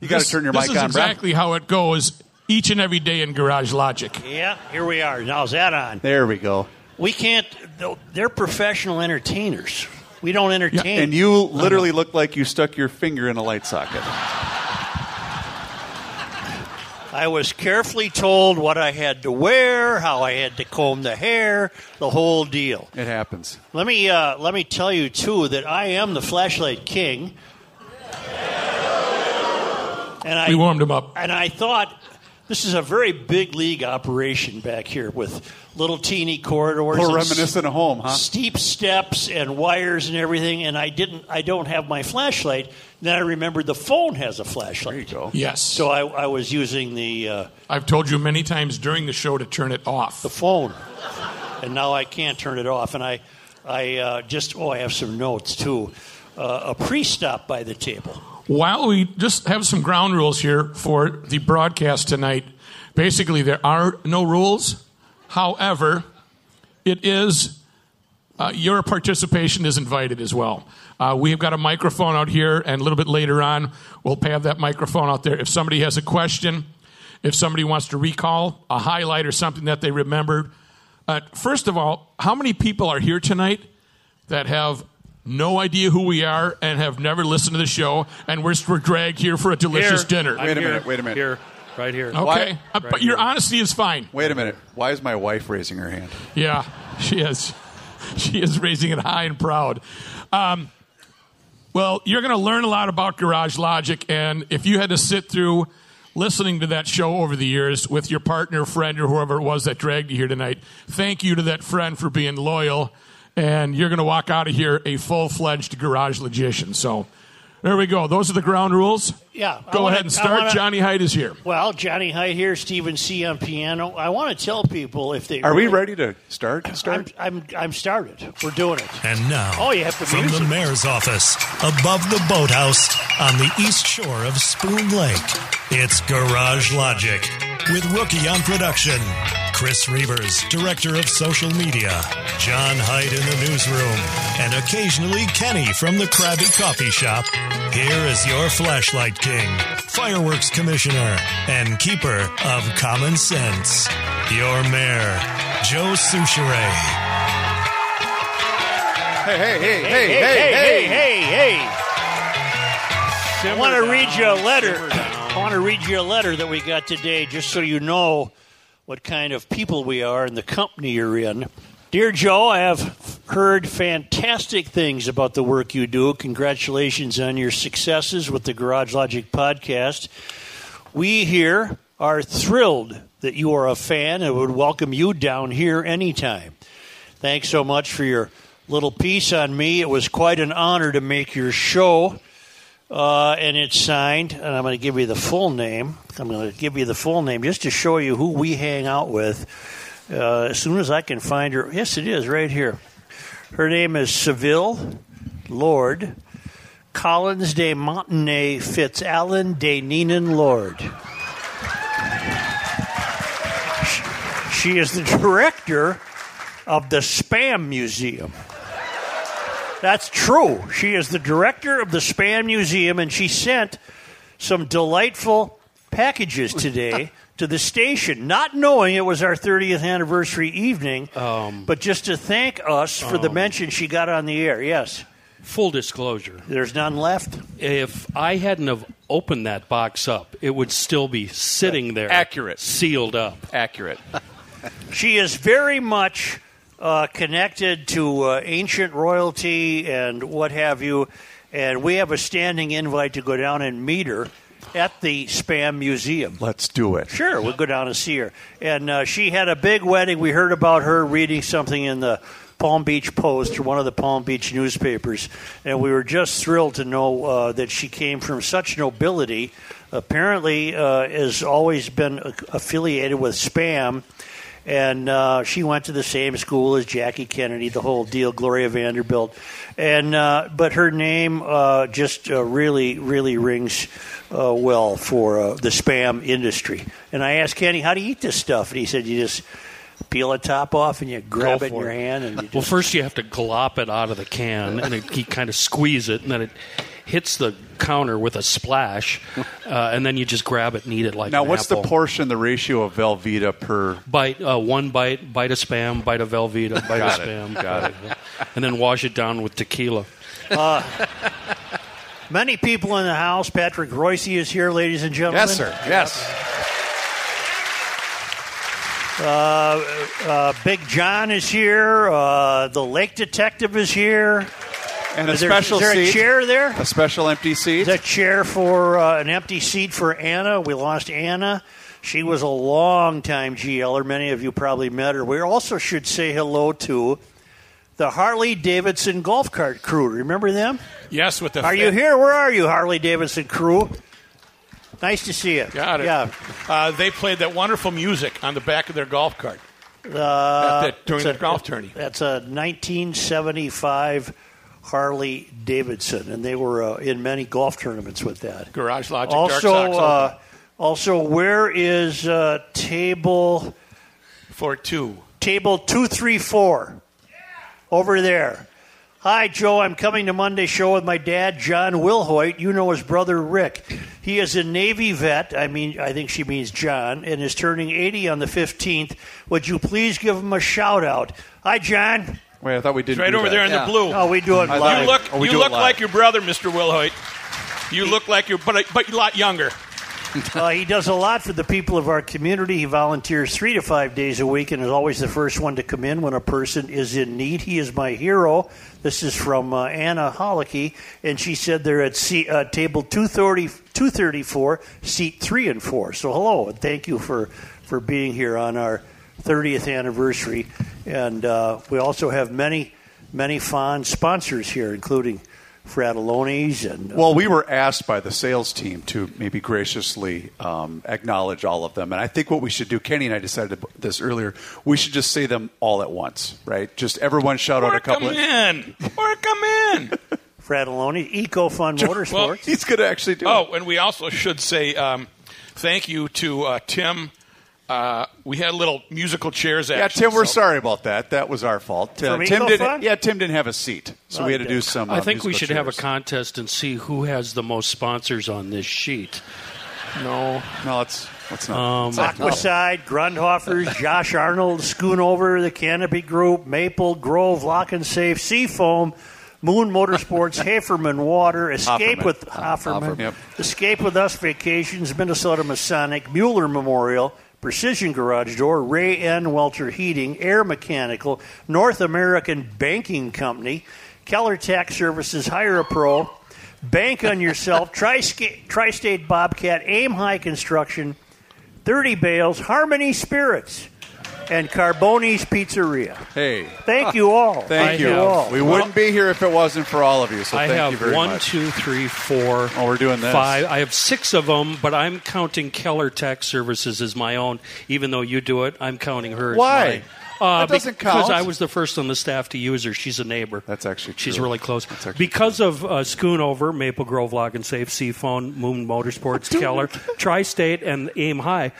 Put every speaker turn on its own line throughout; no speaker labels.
You got to
This-
turn your
this
mic
is
on, bro.
exactly how it goes each and every day in Garage Logic.
Yeah, here we are. Now's that on?
There we go.
We can't. They're professional entertainers. We don't entertain.
And you
Uh-huh.
literally look like you stuck your finger in a light socket.
I was carefully told what I had to wear, how I had to comb the hair, the whole deal.
It happens.
Let me uh, let me tell you too that I am the flashlight king. And I
We warmed him up.
and I thought this is a very big league operation back here with little teeny corridors.
More
and s-
reminiscent of home, huh?
steep steps and wires and everything and i didn't i don't have my flashlight then i remembered the phone has a flashlight
There you go.
Yes.
so i, I was using the uh,
I've told you many times during the show to turn it off.
the phone and now i can't turn it off and i i uh, just oh i have some notes too uh, a pre-stop by the table
While we just have some ground rules here for the broadcast tonight, basically there are no rules. However, it is uh, your participation is invited as well. Uh, we have got a microphone out here, and a little bit later on, we'll have that microphone out there. If somebody has a question, if somebody wants to recall a highlight or something that they remembered, uh, first of all, how many people are here tonight that have no idea who we are and have never listened to the show, and we're, we're dragged here for a delicious dinner?
Wait a minute. Wait a minute.
Here, right here.
okay,
Why-
Uh, but your honesty is fine.
Wait a minute. Why is my wife raising her hand?
Yeah, she is. She is raising it high and proud. Um, well, you're going to learn a lot about Garage Logic, and if you had to sit through listening to that show over the years with your partner, friend, or whoever it was that dragged you here tonight, thank you to that friend for being loyal. And you're going to walk out of here a full fledged garage logician. So there we go. Those are the ground rules.
Yeah, I
Go
wanna-
ahead and
I
start.
wanna-
Johnny Hyde is here.
well johnny high here stephen c on piano i want to tell people if they
Are we
really-
ready to start? Start?
I'm, I'm i'm started we're doing it
And now,
Oh, you have to
from
music.
the mayor's office, above the boathouse on the east shore of Spoon Lake, it's Garage Logic with Rookie on production, Chris Reavers, director of social media, John Hyde in the newsroom, and occasionally Kenny from the Krabby Coffee Shop. Here is your flashlight king, fireworks commissioner, and keeper of common sense, your mayor, Joe Souchere.
Hey, hey, hey,
hey, hey, hey, hey, hey. I want to read you a letter. I want to read you a letter that we got today, just so you know what kind of people we are and the company you're in. Dear Joe, I have heard fantastic things about the work you do. Congratulations on your successes with the Garage Logic podcast. We here are thrilled that you are a fan and would welcome you down here anytime. Thanks so much for your little piece on me. It was quite an honor to make your show. Uh, and it's signed, and I'm going to give you the full name. I'm going to give you the full name just to show you who we hang out with. Uh, as soon as I can find her, yes, it is right here. Her name is Seville Lord Collins de Montenay Fitzallen de Neenan Lord. She is the director of the Spam Museum. That's true. She is the director of the Spam Museum, and she sent some delightful packages today to the station, not knowing it was our 30th anniversary evening, but just to thank us for the mention she got on the air. Yes,
Full disclosure:
there's none left.
if I hadn't have opened that box up, it would still be sitting there,
Uh, Accurate.
sealed up.
Accurate.
She is very much uh, connected to uh, ancient royalty and what have you. And we have a standing invite to go down and meet her at the Spam Museum.
Let's do it.
Sure, we'll go down and see her. And uh, she had a big wedding. We heard about her reading something in the Palm Beach Post or one of the Palm Beach newspapers, and we were just thrilled to know uh, that she came from such nobility. Apparently, uh, has always been a- affiliated with Spam, and uh, she went to the same school as Jackie Kennedy, the whole deal, Gloria Vanderbilt, and uh, but her name uh, just uh, really, really rings uh, well for uh, the spam industry. And I asked Kenny, "How do you eat this stuff?" And he said, "You just peel the top off and you grab
Go
it in
for
your
it.
hand." And you
Well,
just-
first you have to glop it out of the can, and it, you kind of squeeze it, and then it hits the counter with a splash, uh, and then you just grab it and eat it like
Now,
an
what's
apple.
the portion, the ratio of Velveeta per?
bite uh, one bite, bite of spam, bite of Velveeta, bite
Got
of
it.
spam,
Got
and then wash it down with tequila.
uh, many people in the house. Patrick Royce is here, ladies and gentlemen.
Yes, sir. Yes.
Uh, Big John is here. Uh, the Lake Detective is here.
And a
Is there-
special
is there
seat.
a chair there?
A special empty seat.
The chair for uh, an empty seat for Anna. We lost Anna. She was a longtime GLer. Many of you probably met her. We also should say hello to the Harley Davidson golf cart crew. Remember them?
Yes, with the.
Are you here? Where are you, Harley Davidson crew? Nice to see you.
Got it.
Yeah.
Uh, they played that wonderful music on the back of their golf cart
Uh,
at the, during
it's a-
the golf tourney.
That's a 1975 Harley Davidson, and they were uh, in many golf tournaments with that.
Garage Logic
Also,
Dark Socks
uh, also, where is uh, table
for two.
table two three four over there? Hi, Joe. I'm coming to Monday show with my dad, John Wilhoit. You know his brother Rick. He is a Navy vet. I mean, I think she means John, and is turning 80 on the 15th. Would you please give him a shout out? Hi, John.
Wait, I thought we did.
It's right over there in the blue.
Oh, we do it
I
live.
thought-
You look,
Oh, we
you
do it
look
live.
like your brother, Mr. Wilhoit. You look like your, but but a lot younger.
Uh, he does a lot for the people of our community. He volunteers three to five days a week and is always the first one to come in when a person is in need. He is my hero. This is from uh, Anna Holicky, and she said they're at seat, uh, table 230, 234, seat three and four. So, hello, and thank you for, for being here on our 30th anniversary. And uh, we also have many, many fond sponsors here, including Fratelloni's and uh,
Well, we were asked by the sales team to maybe graciously um, acknowledge all of them, and I think what we should do, Kenny and I decided this earlier. We should just say them all at once, right? Just everyone shout out a
Or come
couple. of,
in. Or come in.
Fratelloni's, EcoFund Motorsports.
he's going to actually do. it.
Oh, and we also should say um, thank you to uh, Tim. Uh, we had a little musical chairs
yeah,
action.
Tim, we're
so-
sorry about that. That was our fault. Tim,
From
Tim
Eagle
didn't.
Fund?
Yeah, Tim didn't have a seat, so
No,
we
he
had to do
didn't.
some.
I
uh,
think we
musical
should have a
chairs.
contest and see who has the most sponsors on this sheet. Um, No.
No, let's let's not. let's not-
Aquaside, Grundhoffers, Josh Arnold, Schoonover, the Canopy Group, Maple, Grove, Lock and Safe, Seafoam, Moon Motorsports, Haferman Water, Escape
Hofferman.
with Hofferman,
Hofferman, yep.
Uh, Escape with Us Vacations, Minnesota Masonic, Mueller Memorial, Precision Garage Door, Ray N. Welter Heating, Air Mechanical, North American Banking Company, Keller Tax Services, Hire a Pro, Bank on Yourself, Tri-Sca- Tri-State Bobcat, Aim High Construction, 30 Bales, Harmony Spirits, and Carboni's Pizzeria.
Hey,
Thank you all.
thank
I
you.
have-
all.
We wouldn't be here if it wasn't for all of you. So
I
thank
have
you very
one,
much.
two, three, four.
Oh, we're doing this.
Five. I have six of them, but I'm counting Keller Tax Services as my own, even though you do it. I'm counting her. as
Why?
mine. Uh,
That doesn't
because
count.
I was the first on the staff to use her. She's a neighbor.
That's actually
She's
true.
really close.
That's actually
Because of uh, Schoonover, Maple Grove, Lock and Safe, Seaphone, Moon Motorsports, Keller, Tri-State, and Aim High.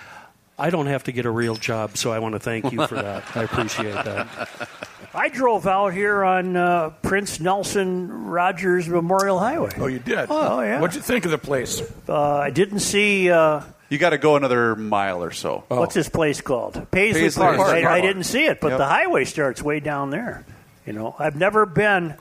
I don't have to get a real job, so I want to thank you for that. I appreciate that.
I drove out here on uh, Prince Nelson Rogers Memorial Highway.
Oh, you did?
Oh, yeah.
What'd you think of the place?
Uh, I didn't see uh,
You got to go another mile or so.
Oh.
what's this place called Paisley,
Paisley
Park.
Park.
I, I didn't see it, but
Yep.
the highway starts way down there. You know, I've never been.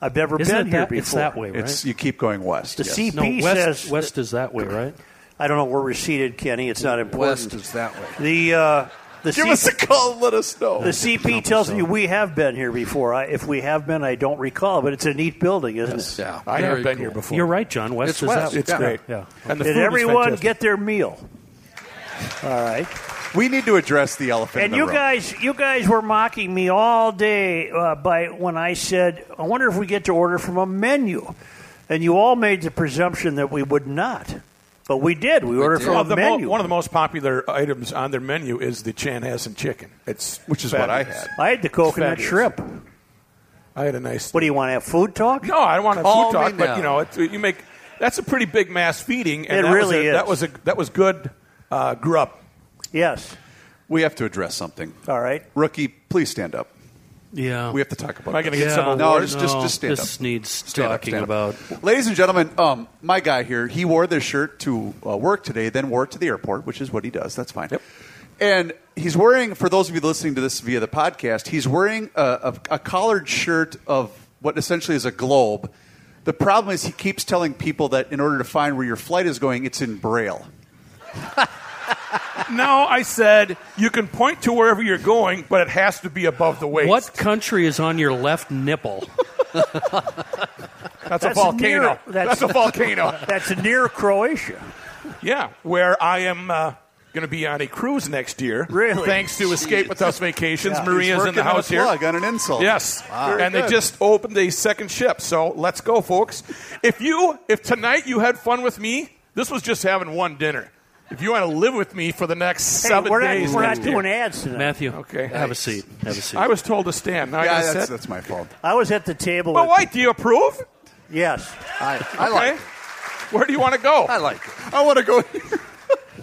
I've never
Isn't
been
it
here
that?
before.
It's that way, right?
It's you keep going west.
The
yes.
sea-
no,
P
west,
says-
west is that way, right?
I don't know where we're seated, Kenny. It's not important.
West is that way.
the uh, the
Give
sea-
us a call. and Let us
Oh,
know.
The CP tells me we have been here before. I, if we have been, I don't recall, but it's a neat building, isn't it?
Yeah,
I have
very
been
cool.
here before.
You're right, John. West
It's
is
west.
that
It's
way.
great.
Yeah.
And the
Did
food was
everyone
fantastic.
get their meal? All right.
we need to address the elephant in
And
the
you
room.
guys, you guys were mocking me all day uh, by when I said, "I wonder if we get to order from a menu," and you all made the presumption that we would not, but we did. We ordered
Well,
from a
the mo-
menu.
one of the most popular items on their menu is the Chanhassen chicken. It's
Which is what I
fabulous.
had.
I had the coconut
Fabulous.
shrimp.
I had a nice.
What do you want to have? Food talk?
No, I don't want to have
Call
food talk,
me
but
now.
you know, it, you make that's a pretty big mass feeding, and
It
that was
really
a,
is.
That was a that was good uh, grub.
Yes.
We have to address something.
All right.
Rookie, please stand up.
Yeah.
We have to talk about.
Am I going to
this.
get some
Yeah.
award?
No, just, just
No,
just stand
this
up.
needs
Stand up,
talking
stand up.
about.
Ladies and gentlemen, um, my guy here, he wore this shirt to uh, work today, then wore it to the airport, which is what he does. That's fine.
Yep.
And he's wearing, for those of you listening to this via the podcast, he's wearing a, a, a collared shirt of what essentially is a globe. The problem is he keeps telling people that in order to find where your flight is going, it's in braille.
No, I said you can point to wherever you're going, but it has to be above the waist.
What country is on your left nipple?
That's, a
That's
volcano.
near- that's-
that's a volcano.
That's near Croatia.
Yeah, where I am uh, going to be on a cruise next year.
Really?
Thanks to Escape with Us Vacations.
He's
Maria's in
working
the
on a
house here.
plug on an insult. Ah.
Yes,
Very
and
good.
they just opened a second ship. So let's go, folks. If you, if tonight you had fun with me, this was just having one dinner. If you want to live with me for the next
Hey,
seven
we're not,
days,
we're
next
not
year-
doing ads tonight.
Matthew.
Okay.
Have a
Nice.
seat. Have a seat.
I was told to stand. Now I
Yeah,
gotta
that's,
sit.
that's my fault.
I was at the table.
But
with-
wait, do you approve?
Yes.
I, I like
Okay.
it.
Where do you want to go?
I like it.
I want to go.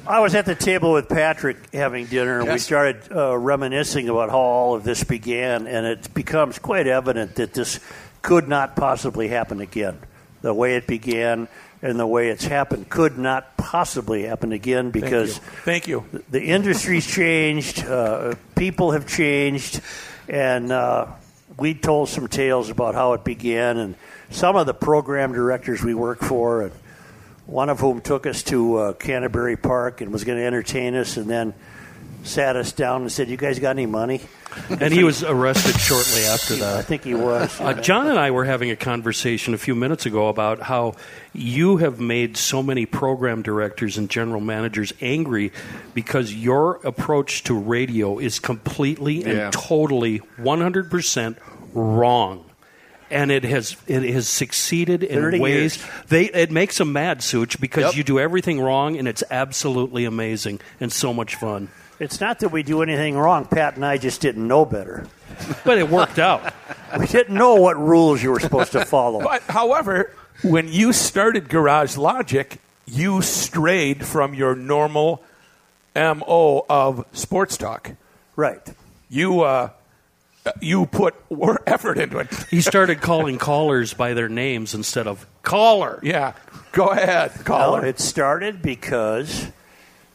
I was at the table with Patrick having dinner, and we
Yes.
started uh, reminiscing about how all of this began, and it becomes quite evident that this could not possibly happen again. The way it began and the way it's happened could not possibly happen again because
Thank you.
the industry's changed, uh, people have changed, and uh, we told some tales about how it began and some of the program directors we work for, and one of whom took us to uh, Canterbury Park and was going to entertain us, and then sat us down and said, "You guys got any money?"
and he was arrested shortly after
I
that.
think he was.
Uh, John and I were having a conversation a few minutes ago about how you have made so many program directors and general managers angry because your approach to radio is completely
Yeah.
and totally 100% wrong. And it has it has succeeded in
30
ways
years.
they it makes them mad, Such, because
Yep.
you do everything wrong and it's absolutely amazing and so much fun.
It's not that we do anything wrong. Pat and I just didn't know better.
But it worked out.
We didn't know what rules you were supposed to follow.
But however, when you started Garage Logic, you strayed from your normal MO of sports talk.
Right.
You uh, you put more effort into it.
He started calling callers by their names instead of caller.
Yeah. Go ahead,
Well,
caller.
it started because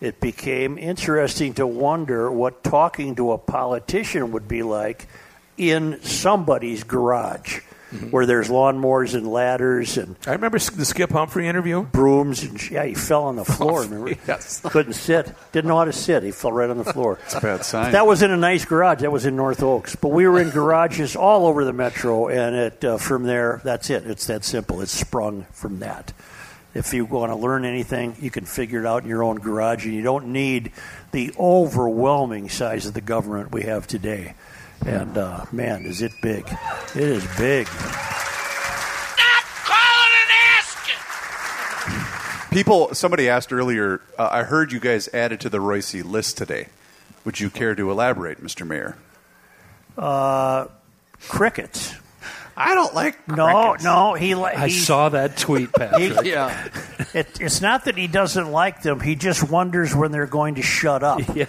it became interesting to wonder what talking to a politician would be like in somebody's garage
Mm-hmm.
where there's lawnmowers and ladders and
I remember the Skip Humphrey interview.
brooms and sh- yeah, he fell on the floor. Remember?
Yes.
Couldn't sit. Didn't know how to sit. He fell right on the floor.
a bad sign.
That was in a nice garage. That was in North Oaks. But we were in garages all over the metro, and it uh, from there. That's it. It's that simple. It's sprung from that. If you want to learn anything, you can figure it out in your own garage, and you don't need the overwhelming size of the government we have today. And uh, man, is it big! It is big.
People, somebody asked earlier. Uh, I heard you guys added to the Royce list today. Would you care to elaborate, Mr. Mayor?
Crickets.
I don't like.
Uh, No, no. He. li-
I
he-
saw that
He,
tweet, Patrick.
Yeah.
It, it's not that he doesn't like them. He just wonders when they're going to shut up.
yeah.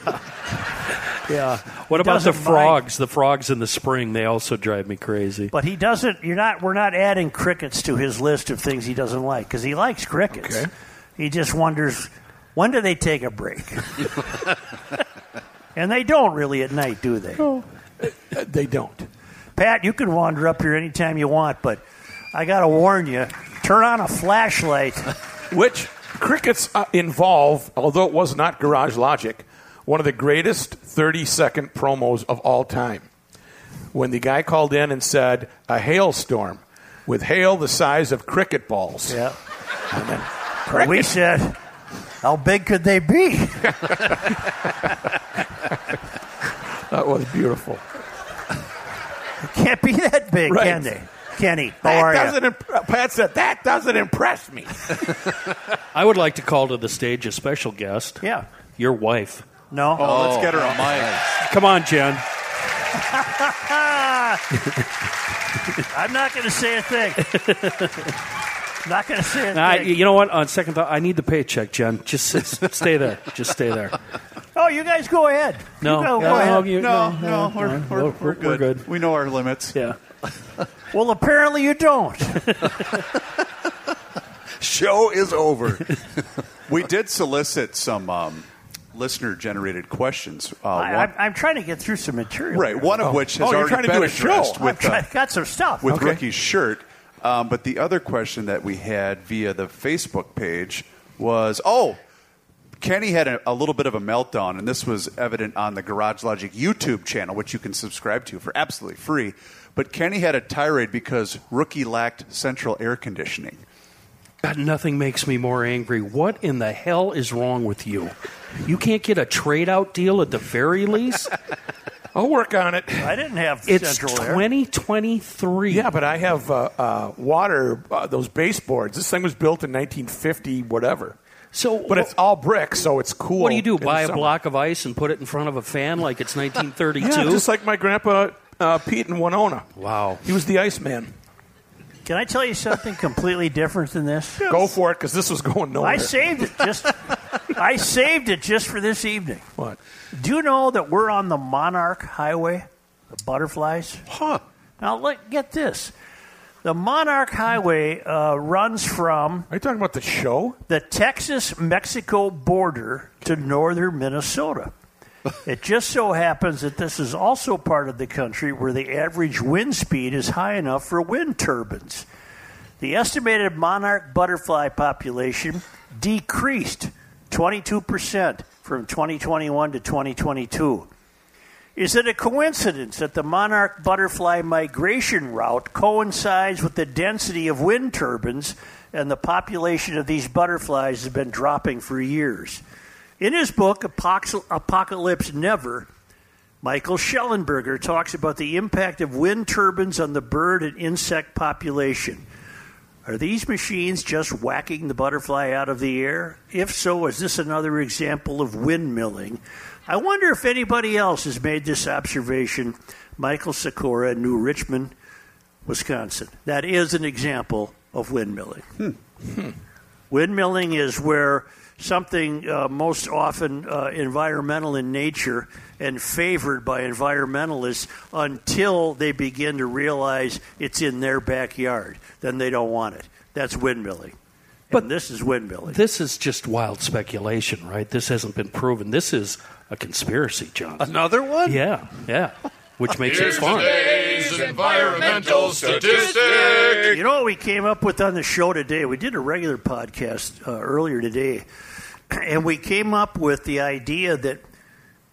What about the
doesn't mind.
frogs? The frogs in the spring, they also drive me crazy.
But he doesn't. You're not. We're not adding crickets to his list of things he doesn't like because he likes crickets.
Okay.
He just wonders when do they take a break. and they don't really at night, do they?
Uh, They don't.
Pat, you can wander up here anytime you want, but I got to warn you. Turn on a flashlight.
Which crickets uh, involve, although it was not Garage Logic, one of the greatest 30 second promos of all time. When the guy called in and said, a hailstorm with hail the size of cricket balls.
Yeah.
And then,
We
cricket.
said How big could they be?
That was beautiful.
Can't be that big,
Right.
can they? Kenny, how
That
are you?
doesn't imp- Pat said that doesn't impress me.
I would like to call to the stage a special guest.
Yeah.
Your wife. Oh.
No.
Oh, let's get her on mic.
Come on, Jen.
I'm not going to say a thing. not going to say a
Nah,
thing.
you know what? On second thought, I need the paycheck, Jen. Just s- stay there. Just stay there.
oh, you guys go ahead.
No.
You go,
No,
go ahead.
you-
No, no, we're, we're, we're, good.
we're good.
We know our limits.
Yeah.
Well, apparently you don't.
Show is over. we did solicit some um, listener-generated questions. Uh,
I,
one-
I'm, I'm trying to get through some material.
Right. One of which has
Oh, you're
already
trying to
been
do a show.
addressed
I've
with, uh,
tried- got some stuff.
with
Okay.
Rookie's shirt. Um, but the other question that we had via the Facebook page was oh, Kenny had a, a little bit of a meltdown, and this was evident on the Garage Logic YouTube channel, which you can subscribe to for absolutely free. But Kenny had a tirade because Rookie lacked central air conditioning.
God, nothing makes me more angry. What in the hell is wrong with you? You can't get a trade out deal at the very least?
I'll work on it.
I didn't have
Oh. It's
central air.
2023.
Yeah, but I have uh, uh, water uh, those baseboards. This thing was built in 1950, whatever.
So,
But it's all brick, so it's cool.
what do you do?
in the
Buy a
summer.
block of ice and put it in front of a fan like it's 1932?
Yeah, just like my grandpa uh, Pete in Winona.
Wow.
he was the Iceman.
Can I tell you something completely different than this?
Go for it, because this was going nowhere.
I saved it just. I saved it just for this evening.
What?
Do you know that we're on the Monarch Highway, the butterflies? Huh. Now look, get this. The Monarch Highway uh, runs from
Are you talking about the show?
the Texas-Mexico border to northern Minnesota. It just so happens that this is also part of the country where the average wind speed is high enough for wind turbines. The estimated monarch butterfly population decreased 22% from 2021 to 2022. Is it a coincidence that the monarch butterfly migration route coincides with the density of wind turbines and the population of these butterflies has been dropping for years? In his book, Apox- Apocalypse Never, Michael Schellenberger talks about the impact of wind turbines on the bird and insect population. Are these machines just whacking the butterfly out of the air? If so, is this another example of windmilling? I wonder if anybody else has made this observation. Michael Sikora, New Richmond, Wisconsin. That is an example of windmilling. Windmilling is where something uh, most often uh, environmental in nature and favored by environmentalists until they begin to realize it's in their backyard. Then they don't want it. That's windmilling. But this is windmilling.
This is just wild speculation, right? This hasn't been proven. This is a conspiracy, John.
Another one?
Yeah, yeah. Which makes it fun.
environmental statistics.
You know what we came up with on the show today? We did a regular podcast uh, earlier today, and we came up with the idea that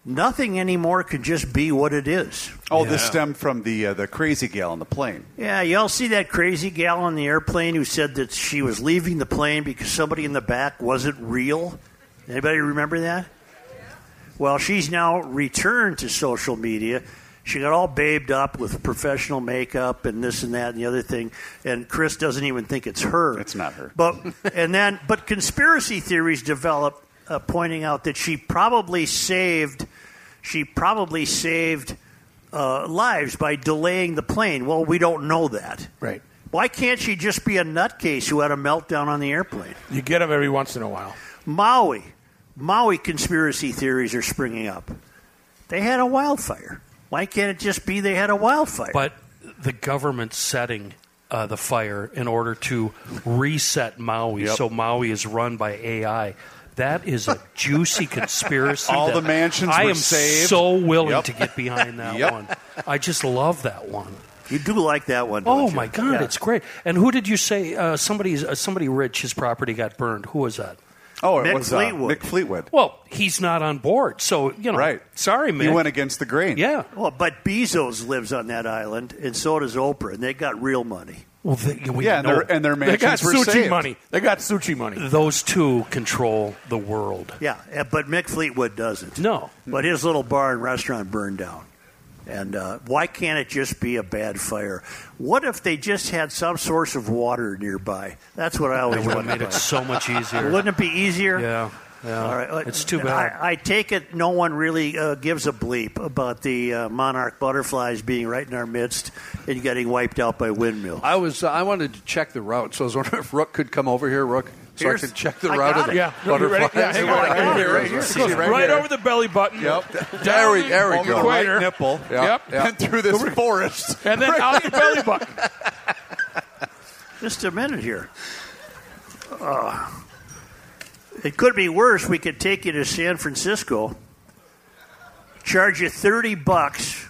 nothing anymore can just be what it is.
Oh, this stemmed from the uh, the crazy gal on the plane.
Yeah, y'all see that crazy gal on the airplane who said that she was leaving the plane because somebody in the back wasn't real? Anybody remember that? Well, she's now returned to social media. She got all babed up with professional makeup and this and that and the other thing, and Chris doesn't even think it's her.
It's not her.
But and then but conspiracy theories develop uh, pointing out that she probably saved she probably saved uh, lives by delaying the plane. Well, we don't know that.
Right.
Why can't she just be a nutcase who had a meltdown on the airplane?
You get them every once in a while.
Maui, Maui conspiracy theories are springing up. They had a wildfire. Why can't it just be they had a wildfire?
But the government setting uh, the fire in order to reset Maui, so Maui is run by AI. That is a juicy conspiracy.
All
that
the mansions
I
were
am
saved.
so willing
Yep.
to get behind that
Yep.
one. I just love that one.
you do like that one.
Oh
don't you?
my God,
Yeah.
it's great! And who did you say uh, somebody's uh, somebody rich? His property got burned. Who was that?
Oh, it
Mick
was uh,
Fleetwood.
Mick Fleetwood.
Well, he's not on board, so you know.
right.
Sorry, man.
You went against the grain.
yeah.
Well, but Bezos lives on that island, and so does Oprah, and they got real money.
Well, they, we
Yeah, and
know
their, and their
They
mansions
got
were
Suchi
saved.
money. They got Suchi money.
those two control the world.
Yeah, eh, but Mick Fleetwood doesn't.
No.
But his little bar and restaurant burned down. And uh, why can't it just be a bad fire? What if they just had some source of water nearby? That's what I
They
always
would Oh, have
wonder.
made it so much easier.
Wouldn't it be easier?
Yeah, yeah.
All right. let-
It's too bad.
I, I take it no one really uh, gives a bleep about the uh, monarch butterflies being right in our midst and getting wiped out by windmills.
I was uh, I wanted to check the route, so I was wondering if Rook could come over here, Rook, so
Here's-
I could check the
I
route
got
of the
it.
Yeah. You ready?
butterflies.
Yeah, hang on.
Right
Right
here,
here.
right here. See, right
Right,
here.
over the belly button.
Yep. There we, there we
Over
go.
the right
equator.
nipple.
Yep.
Yep. And through this forest.
And then out the belly button.
Just a minute here. Uh, it could be worse. We could take you to San Francisco, charge you 30 bucks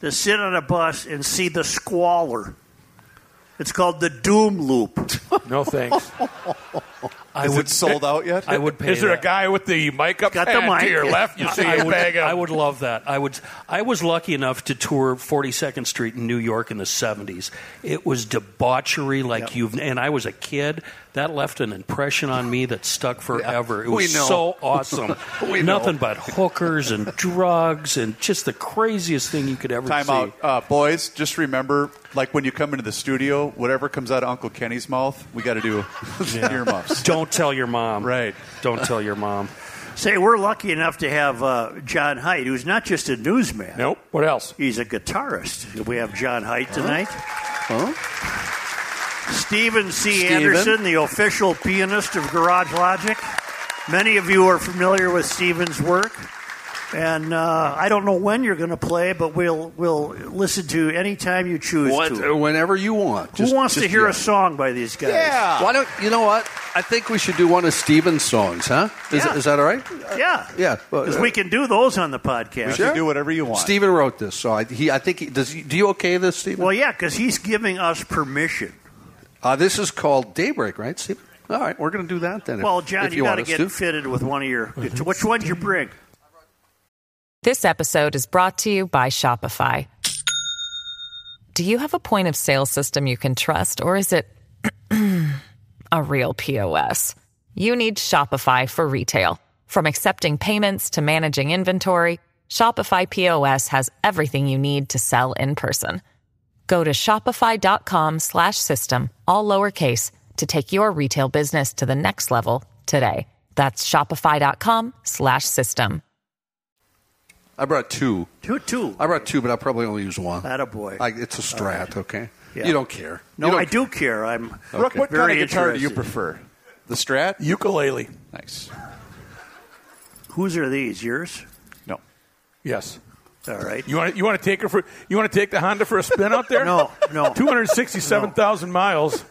to sit on a bus and see the squalor. It's called the Doom Loop.
No thanks.
I
Is
would
it sold out yet?
I would pay.
Is there a
that.
guy with the mic up
Got the
pad to
mic.
your left? You see
I
a
would,
bag
I
of
would love that. I would. I was lucky enough to tour 42nd Street in New York in the 70s. It was debauchery like you've. And I was a kid. That left an impression on me that stuck forever. It
We
was
know.
so awesome.
We know.
Nothing but hookers and drugs and just the craziest thing you could ever
Time
see.
out. Uh, boys, just remember, like when you come into the studio, whatever comes out of Uncle Kenny's mouth, we got to do earmuffs.
Don't tell your mom.
Right.
Don't tell your mom.
Say, we're lucky enough to have uh, John Haidt, who's not just a newsman.
Nope. What else?
He's a guitarist. We have John Haidt tonight. Stephen C.
Stephen.
Anderson, the official pianist of Garage Logic. Many of you are familiar with Stephen's work. And uh, I don't know when you're going to play, but we'll we'll listen to any time you choose
What-
to.
whenever you want.
Who
Just-
wants
just
to hear
yell.
a song by these guys?
Why don't you know what? I think we should do one of Steven's songs, huh? Is,
Yeah.
is that all right?
Yeah.
Yeah. uh,
Because we can do those on the podcast.
You can do whatever you want.
Steven wrote this, so I, he, I think he does. he- Do you okay this, Steven?
Well, yeah, because he's giving us permission.
Uh, this is called Daybreak, right, Steven? All right, we're going to do that then. if-
Well, John,
if
you, got
want
to
us
get
to.
fitted with one of your. Which one'd you bring?
This episode is brought to you by Shopify. Do you have a point of sale system you can trust, or is it a real POS? You need Shopify for retail. From accepting payments to managing inventory, Shopify POS has everything you need to sell in person. Go to shopify.com slash system, all lowercase, to take your retail business to the next level today. That's shopify.com slash system.
I brought two.
Two, two.
I brought two, but I'll probably only use one.
Attaboy.
I, it's a Strat, okay?
Yeah.
You don't care.
No,
You don't
I do care. I'm
Rook, what
very
kind of guitar do you
interested.
prefer? The Strat?
Ukulele.
Nice.
Whose are these? Yours?
No.
Yes.
All right.
You want you want to take her for you want to take the Honda for a spin out there?
No, no.
Two hundred sixty-seven thousand miles.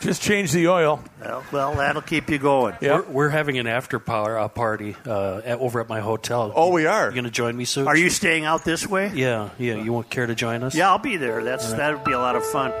Just change the oil.
Well, well, that'll keep you going.
Yeah.
We're, we're having an after power uh, party uh, at, over at my hotel.
Oh, we are.
You going to join me soon?
Are you staying out this way?
Yeah, yeah. You won't care to join us?
Yeah, I'll be there. That's that would be a lot of fun.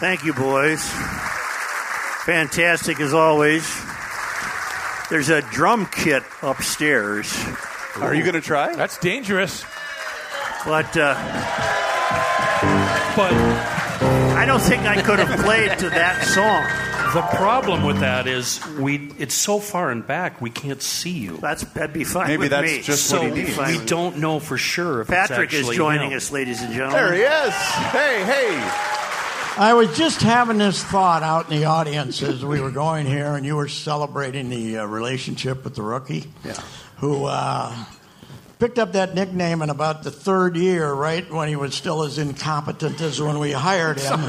Thank you, boys. Fantastic as always. There's a drum kit upstairs,
Are you going to try?
That's dangerous.
but uh,
But
I don't think I could have played to that song.
the problem with that is we it's so far and back we can't see you.
That's that'd be fine
Maybe
with
that's
me.
just
So
what he
we
needs.
Fine with me.
don't know for sure if
Patrick
it's
is
actually
joining
him.
us, ladies and gentlemen.
There he is. Hey, hey.
I was just having this thought out in the audience as we were going here, and you were celebrating the uh, relationship with the rookie, yeah. who uh, picked up that nickname in about the third year, right when he was still as incompetent as when we hired him.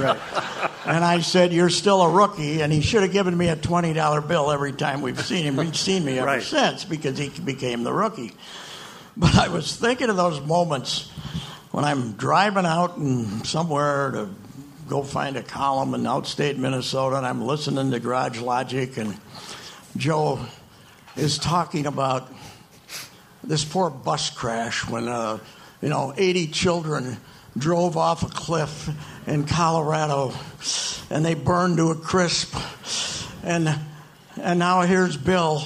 And I said, "You're still a rookie," and he should have given me a twenty dollar bill every time we've seen him. He's seen me ever
Right.
since because he became the rookie. But I was thinking of those moments when I'm driving out and somewhere to go find a column in outstate Minnesota, and I'm listening to Garage Logic, and Joe is talking about this poor bus crash when uh, you know 80 children drove off a cliff in Colorado and they burned to a crisp and and now here's Bill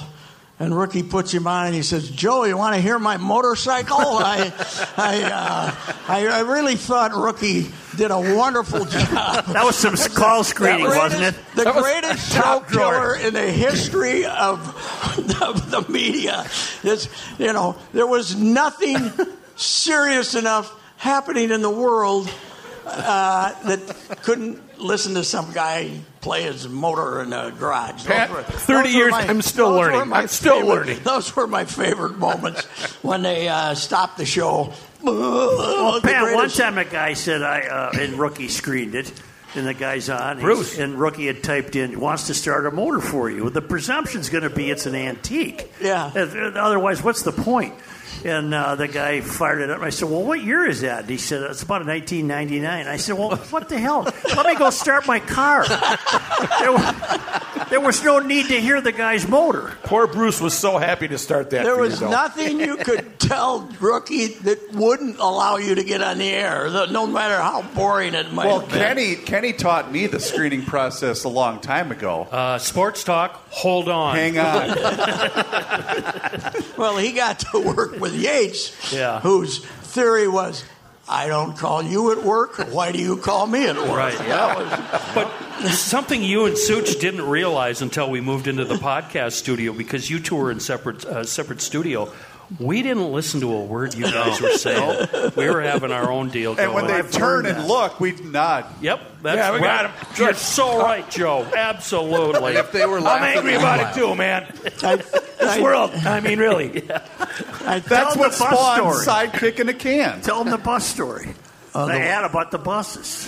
and Rookie puts him on and he says Joe you want to hear my motorcycle I I, uh, I I really thought Rookie did a wonderful job
That was some call screening, wasn't it?
the greatest show killer in the history of, of the media. It's, you know, there was nothing serious enough happening in the world uh, that couldn't listen to some guy play his motor in a garage. Those
Pat,
were-
30
those were
years, I'm still
those were
learning.
my
I'm still
favorite-
learning.
Those were my favorite moments when they uh, stopped the show.
Well,
Well,
Pat, one time a guy said, "I," uh, and Rookie screened it, and the guy's on. He's-
Bruce.
and Rookie had typed in, "wants to start a motor for you." The presumption's going to be it's an antique.
Yeah.
If- Otherwise, what's the point? And uh, the guy fired it up. I said, "Well, what year is that?" And he said, "It's about 1999." I said, "Well, what the hell? Let me go start my car." there, wa- there was no need to hear the guy's motor.
Poor Bruce was so happy to start that.
There
for you,
was
though.
nothing you could tell rookie that wouldn't allow you to get on the air, th- no matter how boring it might
Well,
have been.
Kenny Kenny taught me the screening process a long time ago.
Uh, sports talk. Hold on.
Hang on.
Well, he got to work with Yates,
Yeah.
whose theory was, "I don't call you at work. Why do you call me at work?"
Right.
That was-
But something you and Such didn't realize until we moved into the podcast studio because you two were in separate uh, separate studio. We didn't listen to a word you guys were saying. We were having our own deal.
and when
going.
they turn and look, we nod.
yep, that's
Yeah, we
right.
got him.
You're so right, Joe. Absolutely.
If they were
I'm
laughing,
angry about it too, man.
I,
This world. I mean, really.
I,
That's
felt-
the
what
bus
spawns
story.
sidekick in a can.
Tell him the bus story.
Uh,
the
the-
ad about the buses.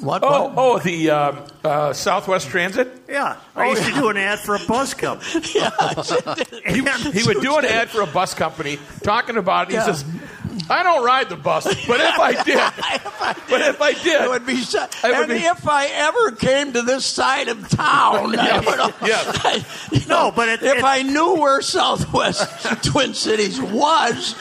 what,
Oh,
what?
oh, the um, uh, Southwest Transit.
Yeah, I
Oh,
used to
yeah.
do an ad for a bus company.
He, he would do an ad for a bus company talking about it. He
Yeah.
says, "I don't ride the bus, but if I did, but if I did,
It would be, so-
would
and
be-
if I ever came to this side of town, I would,
yes.
I- you
No,
know,
but it-
if
it-
I knew where Southwest Twin Cities was,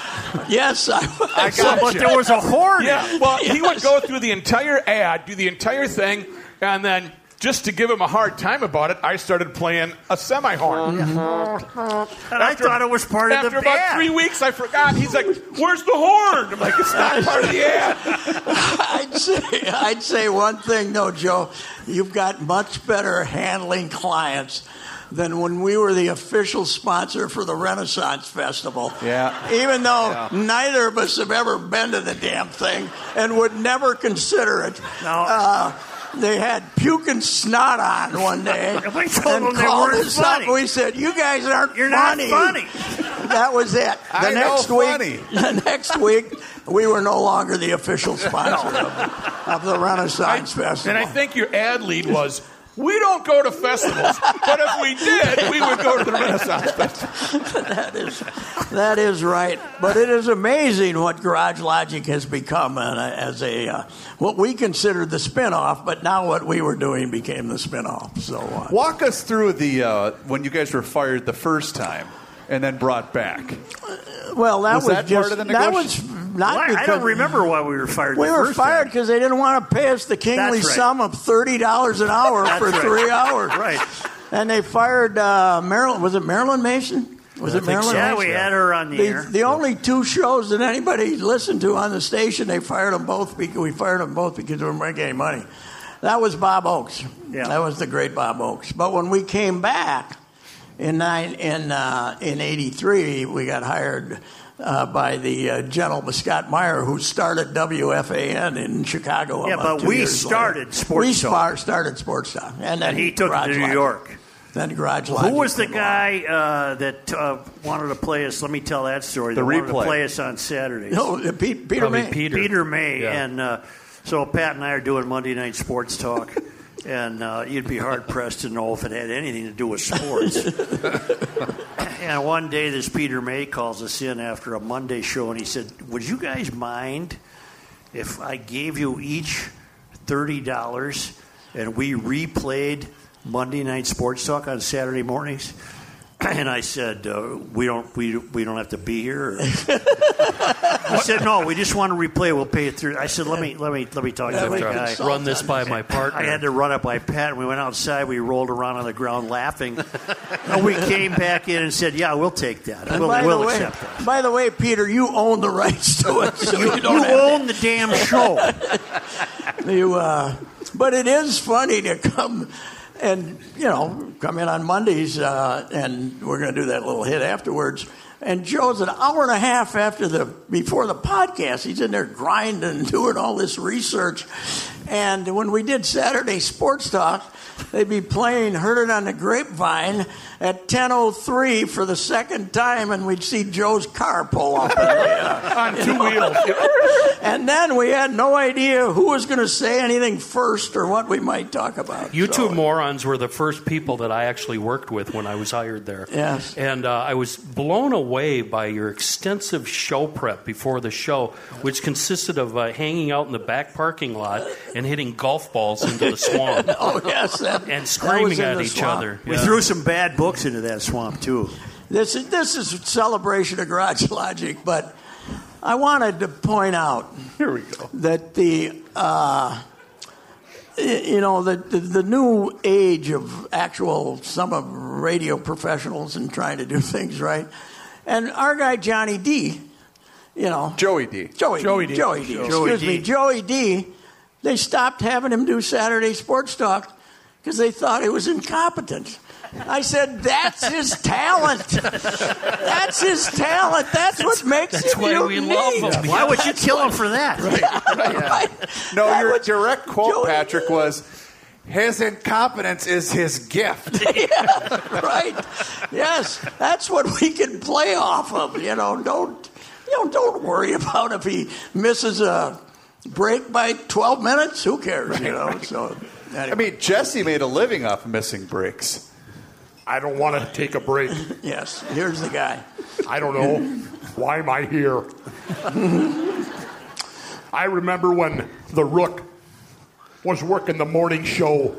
yes, I would. I
So, but there was a horn.
Yeah, well, he would
Yes.
go through the entire ad, do the entire thing, and then just to give him a hard time about it, I started playing a semi horn.
Mm-hmm. and I thought it was part of
After
the
about
ad.
three weeks, I forgot. He's like, "Where's the horn?" I'm like, "It's not part of the ad."
I'd say, I'd say one thing, though, Joe. You've got much better handling clients than when we were the official sponsor for the Renaissance Festival.
Yeah.
Even though
Yeah.
neither of us have ever been to the damn thing and would never consider it.
No.
Uh, they had puke and snot on one day.
And we told
and
them they
called
weren't
us up.
funny.
We said, "You guys aren't
You're not
funny."
funny.
That was it. The
I know
next
funny.
week, the next week, we were no longer the official sponsor of, of the Renaissance
And
Festival.
I think your ad lead was. We don't go to festivals, but if we did, we would go to the Renaissance Festival.
that is that is right. But it is amazing what Garage Logic has become uh, as a uh, what we considered the spinoff, but now what we were doing became the spinoff. So uh,
Walk us through the uh, when you guys were fired the first time and then brought back.
well, that
Was
was,
that part
just
of the
that was
negotiation?
not
Why- I
because-
don't remember why we were fired.
We
the
were
first
fired
time.
because they didn't want to pay us the kingly
That's right.
sum of thirty dollars an hour
That's
for
right.
three hours.
Right.
And they fired uh, Marilyn. Was it Marilyn Mason? Was it Marilyn?
Yeah,
Mason?
we had her on the, air.
The, the only two shows that anybody listened to on the station, they fired them both. Because, we fired them both because they weren't making any money. That was Bob Oakes.
Yeah.
That was the great Bob Oakes. But when we came back in nine in uh, in '83, we got hired. Uh, by the uh, gentleman Scott Meyer, who started WFAN in Chicago.
Yeah,
about
but
two
we
years later.
started Sports
We
Talk.
spar- started sports talk, and then
and he took it
Garage
to New
Logic.
York.
Then Garage
Who
Logic
was the
came along.
guy uh, that uh, wanted to play us? Let me tell that story.
The
that wanted to
replay.
play us on Saturdays.
No, uh, Pete, Peter
Probably
May.
Peter.
Peter May.
Yeah.
And uh, so Pat and I are doing Monday Night Sports Talk, and uh, you'd be hard pressed to know if it had anything to do with sports. and one day, this Peter May calls us in after a Monday show, and he said, Would you guys mind if I gave you each $30 and we replayed Monday Night Sports Talk on Saturday mornings? And I said, uh, "We don't, we, we don't have to be here." or- I said, "No, we just want to replay. We'll pay it through." I said, "Let me, let me, let me talk to the
can
guy."
solve
Run this by my partner.
I had to run up by Pat. and We went outside. We rolled around on the ground laughing. and we came back in and said, "Yeah, we'll take that.
And
We'll,
by
we'll
the way,
accept that."
by the way, Peter, you own the rights to it, so you, don't
You
have
own the damn show.
you. Uh, but it is funny to come and you know come in on Mondays, uh, and we're going to do that little hit afterwards. And Joe's an hour and a half after the before the podcast. He's in there grinding, doing all this research. And when we did Saturday sports talk, they'd be playing "Heard It on the Grapevine" at 10:03 for the second time, and we'd see Joe's car pull up. uh,
on two wheels.
And then we had no idea who was going to say anything first or what we might talk about.
You
So-
two morons were the first people that I actually worked with when I was hired there.
Yes.
And uh, I was blown away by your extensive show prep before the show, which consisted of uh, hanging out in the back parking lot and hitting golf balls into the swamp
Oh yes, that- that
and
was
screaming
in
at
the
each
swamp.
other.
We
Yeah.
threw some bad books into that swamp too.
This is this is a celebration of Garage Logic, but I wanted to point out
Here we go.
that the uh, y- you know the, the the new age of actual some of radio professionals and trying to do things right, and our guy Johnny D, you know
Joey D.
Joey,
Joey
D.
D.
Joey D.
Joey
Excuse
D.
me, Joey D. They stopped having him do Saturday sports talk because they thought he was incompetent. I said, "That's his talent. That's his talent. That's, what makes
that's
him
why
unique."
we love him.
Why would you kill him for that?
Right?
No,
That
your
was
direct quote,
Joey
Patrick,
D.
was his incompetence is his gift.
yeah, right. Yes, that's what we can play off of. You know, don't you know, don't worry about if he misses a break by twelve minutes. Who cares? you know. So
I mean, Jesse made a living off of missing breaks.
I don't want to take a break.
yes, here's the guy.
I don't know. Why am I here? I remember when The Rook was working the morning show,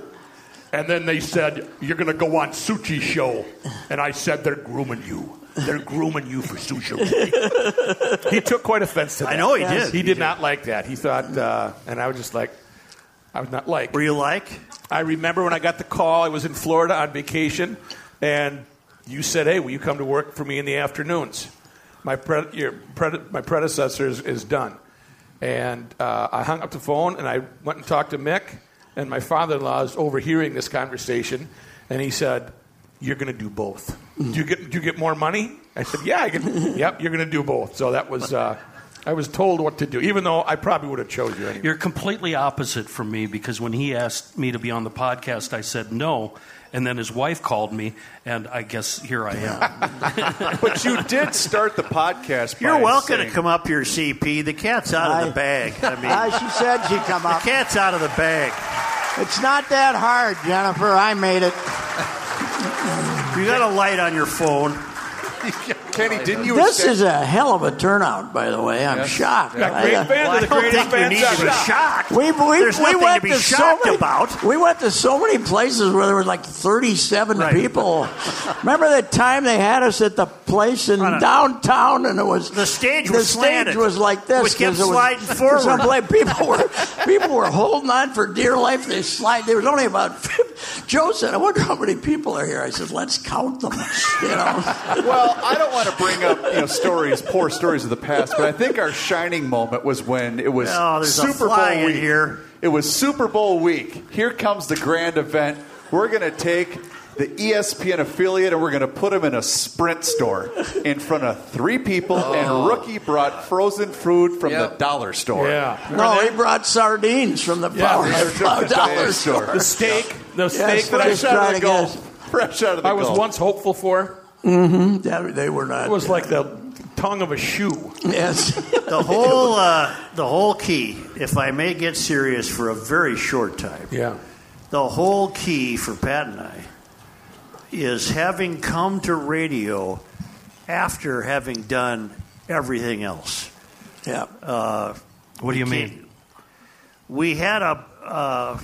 and then they said, You're going to go on Suchi's show. And I said, They're grooming you. They're grooming you for Suchi. he took quite offense to that.
I know he Yes. did.
He did not like that. He thought, uh, and I was just like, I was not like.
Were you like?
I remember when I got the call, I was in Florida on vacation, and you said, "Hey, will you come to work for me in the afternoons?" My pre- your pre- my predecessor is, is done, and uh, I hung up the phone and I went and talked to Mick, and my father-in-law is overhearing this conversation, and he said, "You're going to do both. Do you get do you get more money?" I said, "Yeah, I can. yep, you're going to do both." So that was. Uh, I was told what to do, even though I probably would have chose you anyway.
You're completely opposite from me because when he asked me to be on the podcast, I said no. And then his wife called me, and I guess here I am.
But you did start the podcast. by
You're welcome
saying-
to come up here, CP. The cat's out of
I-
the bag. I mean,
Uh, she said she'd come
the
up.
cat's out of the bag.
It's not that hard, Jennifer. I made it.
You got a light on your phone.
Kenny, didn't you?
This
extend-
is a hell of a turnout, by the way. I'm
Yes.
shocked.
Yeah, great
I- uh,
band of the
I don't
greatest
think you need
bands
to be
ever.
shocked.
We, we,
There's
we
nothing
went
to be
so
shocked
many-
about.
We went to so many places where there were like 37
Right.
people. Remember the time they had us at the place in
I don't-
downtown and it was
The stage
the
was slanted,
stage was like this,
which kept
'cause it was-
sliding forward.
some place- people were people were holding on for dear life. They slide. There was only about. 50. Joe said, "I wonder how many people are here." I said, "Let's count them." You know.
Well, I don't want to bring up you know stories, poor stories of the past, but I think our shining moment was when it was
Oh, there's a
Super
fly
Bowl
in
week.
here.
It was Super Bowl week. Here comes the grand event. We're going to take the E ESPN affiliate and we're going to put them in a Sprint store in front of three people. And Rookie brought frozen food from the
Yep.
dollar store.
Yeah.
No, he brought sardines from the power
Dollar store,
dollar
dollar
store.
store.
The steak, the steak
Yes,
that I
just
Fresh out
trying to
of the Gulf.
guess.
Fresh out of the
I was
Gulf.
once hopeful for.
That- they were not.
It was like the tongue of a shoe.
yes.
The whole, uh, the whole key, if I may get serious for a very short time,
Yeah.
the whole key for Pat and I is having come to radio after having done everything else.
yeah.
Uh, What do you
can't-
mean?
We had a uh,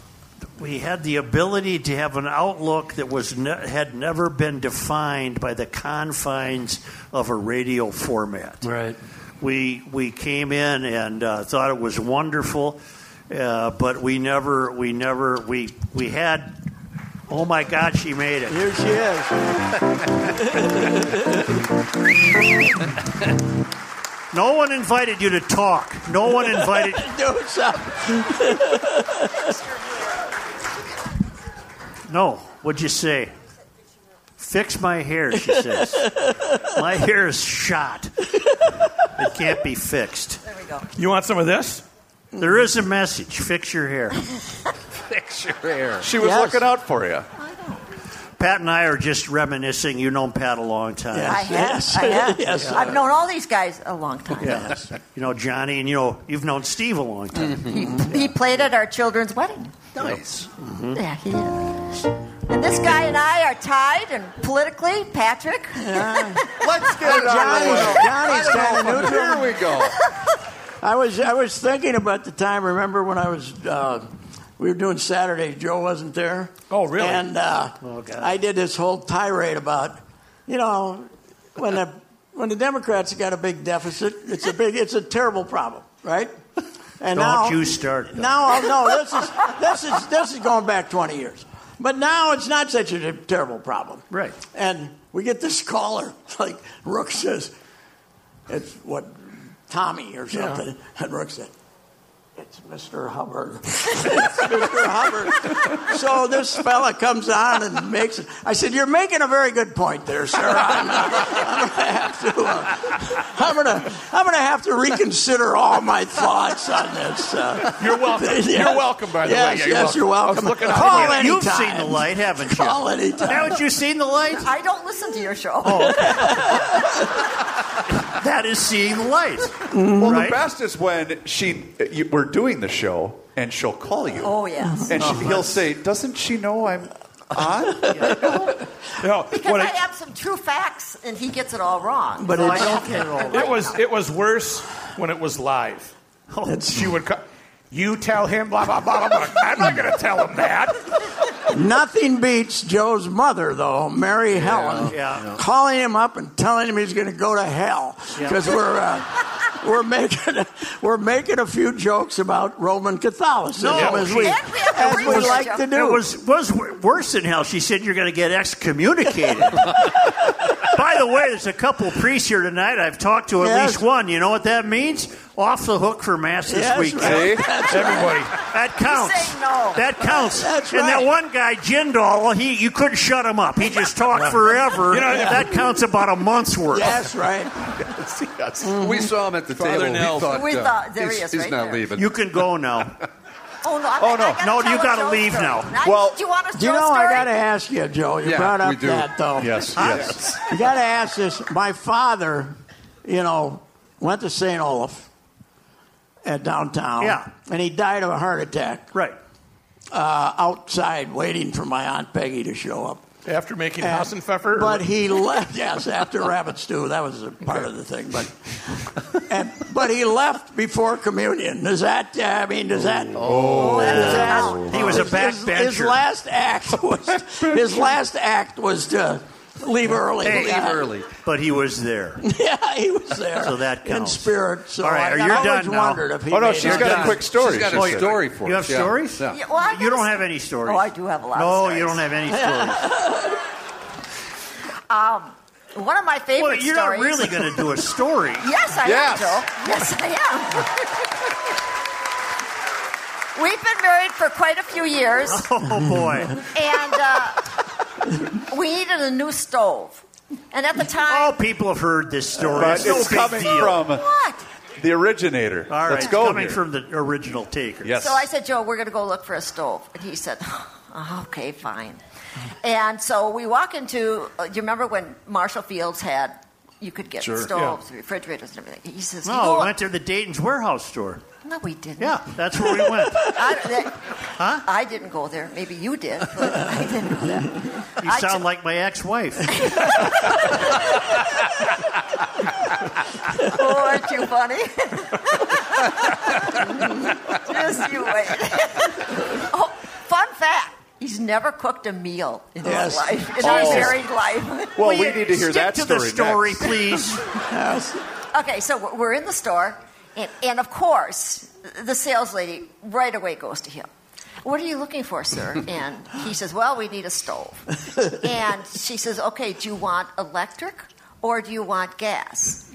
we had the ability to have an outlook that was ne- had never been defined by the confines of a radio format.
Right.
We we came in and uh, thought it was wonderful, uh, but we never we never we we had. Oh my God, she made it.
Here she is.
No one invited you to talk. No one invited.
Do something.
No. What'd you say? Fix my hair, she says. my hair is shot. It can't be fixed.
You want some of this?
There is a message. Fix your hair.
She was
Yes.
looking out for you.
Pat and I are just reminiscing. You know Pat a long time.
Yeah.
I have.
Yes.
I have.
Yes.
I've known all these guys a long time.
Yes. You know Johnny, and you know you've known Steve a long time.
He played at our children's wedding.
Nice.
Mm-hmm.
Yeah, he did. And this guy and I are tied, and politically, Patrick.
Let's get it out of the
Johnny's-
way.
Johnny's
I don't
kinda
know.
neutral.
Here we go.
I was I was thinking about the time. Remember when I was uh, we were doing Saturday? Joe wasn't there.
Oh, really?
And uh,
Oh, God.
I did this whole tirade about you know when the when the Democrats got a big deficit, it's a big it's a terrible problem, right? And
Don't
now
you start.
Now I'll- no, this is this is this is going back twenty years. But now it's not such a terrible problem,
Right.
And we get this caller like Rook says, it's what Tommy or something. And Rook said, "It's Mr. Hubbard." it's Mr. Hubbard. So this fella comes on and makes it. I said, "You're making a very good point there, sir. I'm, I'm gonna have to. Uh, I'm gonna. I'm gonna have to reconsider all my thoughts on this." Uh,
You're welcome.
Yes.
You're welcome, by the
yes,
way. Yeah,
yes, you're welcome.
I was looking out
Call
for you.
anytime.
You've seen the light, haven't you?
Call anytime.
Haven't you seen the light?
I don't listen to your show.
That is seeing the light.
Well,
right?
the best is when she you, we're doing the show and she'll call you.
Oh, yes.
and she, he'll say, "Doesn't she know I'm on?"
No,
Because
what
I
it-
have some true facts, and he gets it all wrong.
But
so I
it's-
don't get it all right.
It was it was worse when it was live.
Oh,
She would co- you tell him blah blah blah blah. blah. I'm not going to tell him that.
Nothing beats Joe's mother, though, Mary Helen,
Yeah.
calling him up and telling him he's going to go to hell because we're uh, we're making we're making a few jokes about Roman Catholicism
No,
as
and we
we
have to
as we
research
like
them.
to do.
It was was w- worse than hell. She said you're going to get excommunicated. By the way, there's a couple priests here tonight. I've talked to at
Yes.
least one. You know what that means? Off the hook for mass this
Yes,
week.
right.
Everybody.
That counts.
saying no.
That counts.
That's
and that
right.
one guy, Jindal, he you couldn't shut him up. He just talked forever. that counts about a month's worth.
Yes, right.
We saw him at the
Father
table.
Nell.
We thought,
We
uh,
thought- there he
he's,
is,
he's
right
not
there.
leaving.
You can go now.
Oh no! I,
Oh, no.
I gotta
No,
tell
you
a
gotta
Joe
leave
story.
now.
Now,
Well-
do you want us to
You know,
story?
I got to ask you, Joe. You
Yeah,
brought
we
up
do.
that though.
yes, yes.
You got to ask this. My father, you know, went to St. Olaf at downtown.
Yeah.
And he died of a heart attack.
Right.
uh, outside waiting for my Aunt Peggy to show up.
After making
And-
House and Pfeffer?
But he left. Yes, after rabbit stew, that was a part of the thing. But and, but he left before communion. Does that? Uh, I mean, does that? Oh,
He was a
His, his
backbencher.
last act was his last act was to leave early.
Hey.
Yeah.
But he was there.
Yeah, he was there.
So that
in
counts.
spirit. So
All right,
I,
are you
I always
done now?
wondered if he.
Oh, no,
made
she's
it.
got a
Done.
quick story.
She's got
Oh,
a
yeah.
story for
You
us,
have
yeah.
stories?
Yeah.
Yeah, well, I
You
gotta
don't
s-
have any stories.
Oh, I do have a lot.
No,
of
you
stories.
don't have any stories.
Um, One of my favorite
well, you're
stories.
not really going to do a story.
Yes, I
Yes.
am, Joe. Yes, I am. We've been married for quite a few years,
Oh boy.
and uh, we needed a new stove. And at the
All
time,
people have heard this story.
But
no
it's
big
coming
deal.
from
what?
the originator.
All right,
Let's go.
coming
here.
from the original taker.
yes.
So I said, Joe, we're going to go look for a stove. And he said, okay, fine. And so we walk into, uh, do you remember when Marshall Fields had, you could get stoves, refrigerators, and everything? He says, you
No,
know
we
what?"
went to the Dayton's warehouse store.
no, we didn't.
Yeah, that's where we went.
I, that, I didn't go there. Maybe you did, but I didn't go there.
You
I
sound
t-
like my ex-wife.
Oh, aren't you funny? Just you wait. oh, fun fact. He's never cooked a meal in
Yes.
his life, in
Oh.
his married life.
well,
Will
we
you
need to hear
stick
that
to
story.
the story,
next.
please.
Okay, so we're- we're in the store, and, and of course, the sales lady right away goes to him. What are you looking for, sir? And he says, Well, we need a stove. And she says, Okay, do you want electric or do you want gas?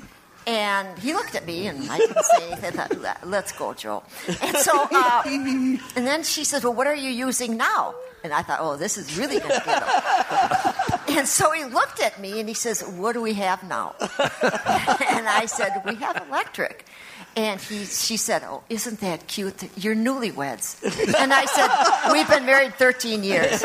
And he looked at me, and I didn't say anything. I thought, "Let- Let's go, Joe. And so, uh, and then she says, Well, what are you using now? And I thought, Oh, this is really going to get him. And so he looked at me and he says, What do we have now? and I said, "We have electric." And he, she said, "Oh, isn't that cute? that You're newlyweds." And I said, "We've been married 13 years."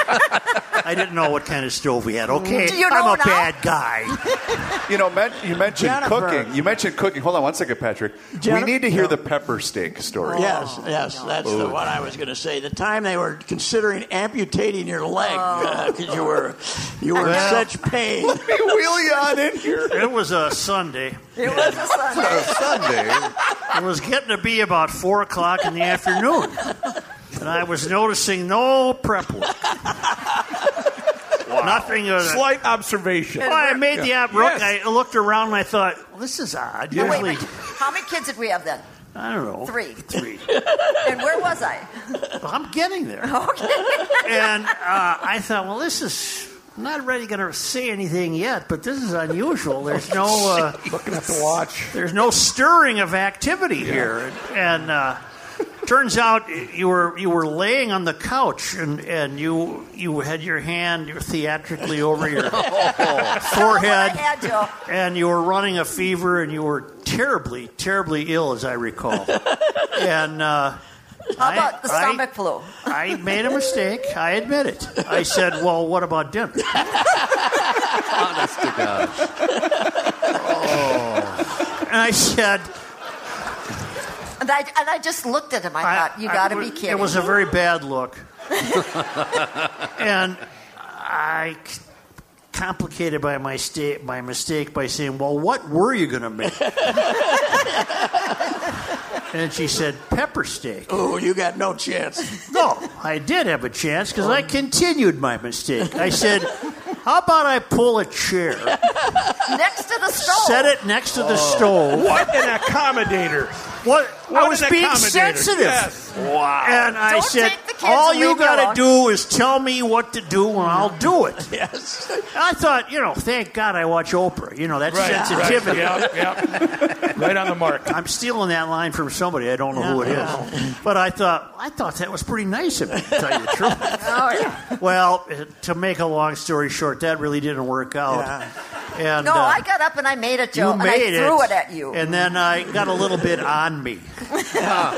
I didn't know what kind of stove we had. Okay,
Do you
I'm
know
a
now?
bad guy.
You know, men, you mentioned
Jennifer.
cooking. You mentioned cooking. Hold on one second, Patrick.
Jennifer-
we need to hear the pepper steak story.
Yes, yes, that's the one I was going to say. The time they were considering amputating your leg because you were you were in
Well.
such pain.
Hey, wheelie on in here.
It was a Sunday.
It was a Sunday.
Sunday.
It was getting to be about four o'clock in the afternoon, and I was noticing no prep work. Nothing. Of the,
Slight observation.
well, I made the app look.
Yes.
I looked around and I thought, well, this is odd.
Oh, wait,
Usually,
wait. How many kids did we have then?
I don't
Oh,
know.
Three.
Three.
And where was I?
Well, I'm getting there.
Okay.
and uh, I thought, well, this is I'm not really going to say anything yet, but this is unusual. There's no uh,
Looking at the watch.
there's no stirring of activity here, and uh, turns out you were you were laying on the couch and, and you you had your hand theatrically over your
I
forehead,
had Oh, Joe.
and you were running a fever, and you were terribly terribly ill, as I recall, and. Uh,
How about the
I- I-
stomach flu?
I made a mistake. I admit it. I said, "Well, what about dinner?"
Honest to God.
And I said,
And I, and I just looked at him. I,
I-
thought, "You
I-
got to
it
be
was-
kidding."
It was a very bad look, and I c- complicated by my sta- my mistake by saying, "Well, what were you going to make?" and she said, "Pepper steak."
Oh, you got no chance.
No, I did have a chance because I continued my mistake. I said, "How about I pull a chair,
next to the stove.
set it next to the
Oh.
stove."
What an accommodator.
What,
Oh,
I
What
was
an
being
accommodator.
sensitive.
Yes. Wow.
And I
Don't
said,
take the kids
all
and
you
leave me
got
alone."
to do is tell me what to do and I'll do it.
Yes.
I thought, you know, thank God I watch Oprah. You know, that sensitivity.
Right, yeah, yeah. right on the mark.
I'm stealing that line from somebody. I don't know who it is. But I thought, I thought that was pretty nice of you, to tell you the truth.
Oh, yeah.
well, eh, to make a long story short, that really didn't work out. And,
No,
uh,
I got up and I made it, Joe,
you made
and I threw it,
it
at you.
And then I got a little bit on me.
Yeah.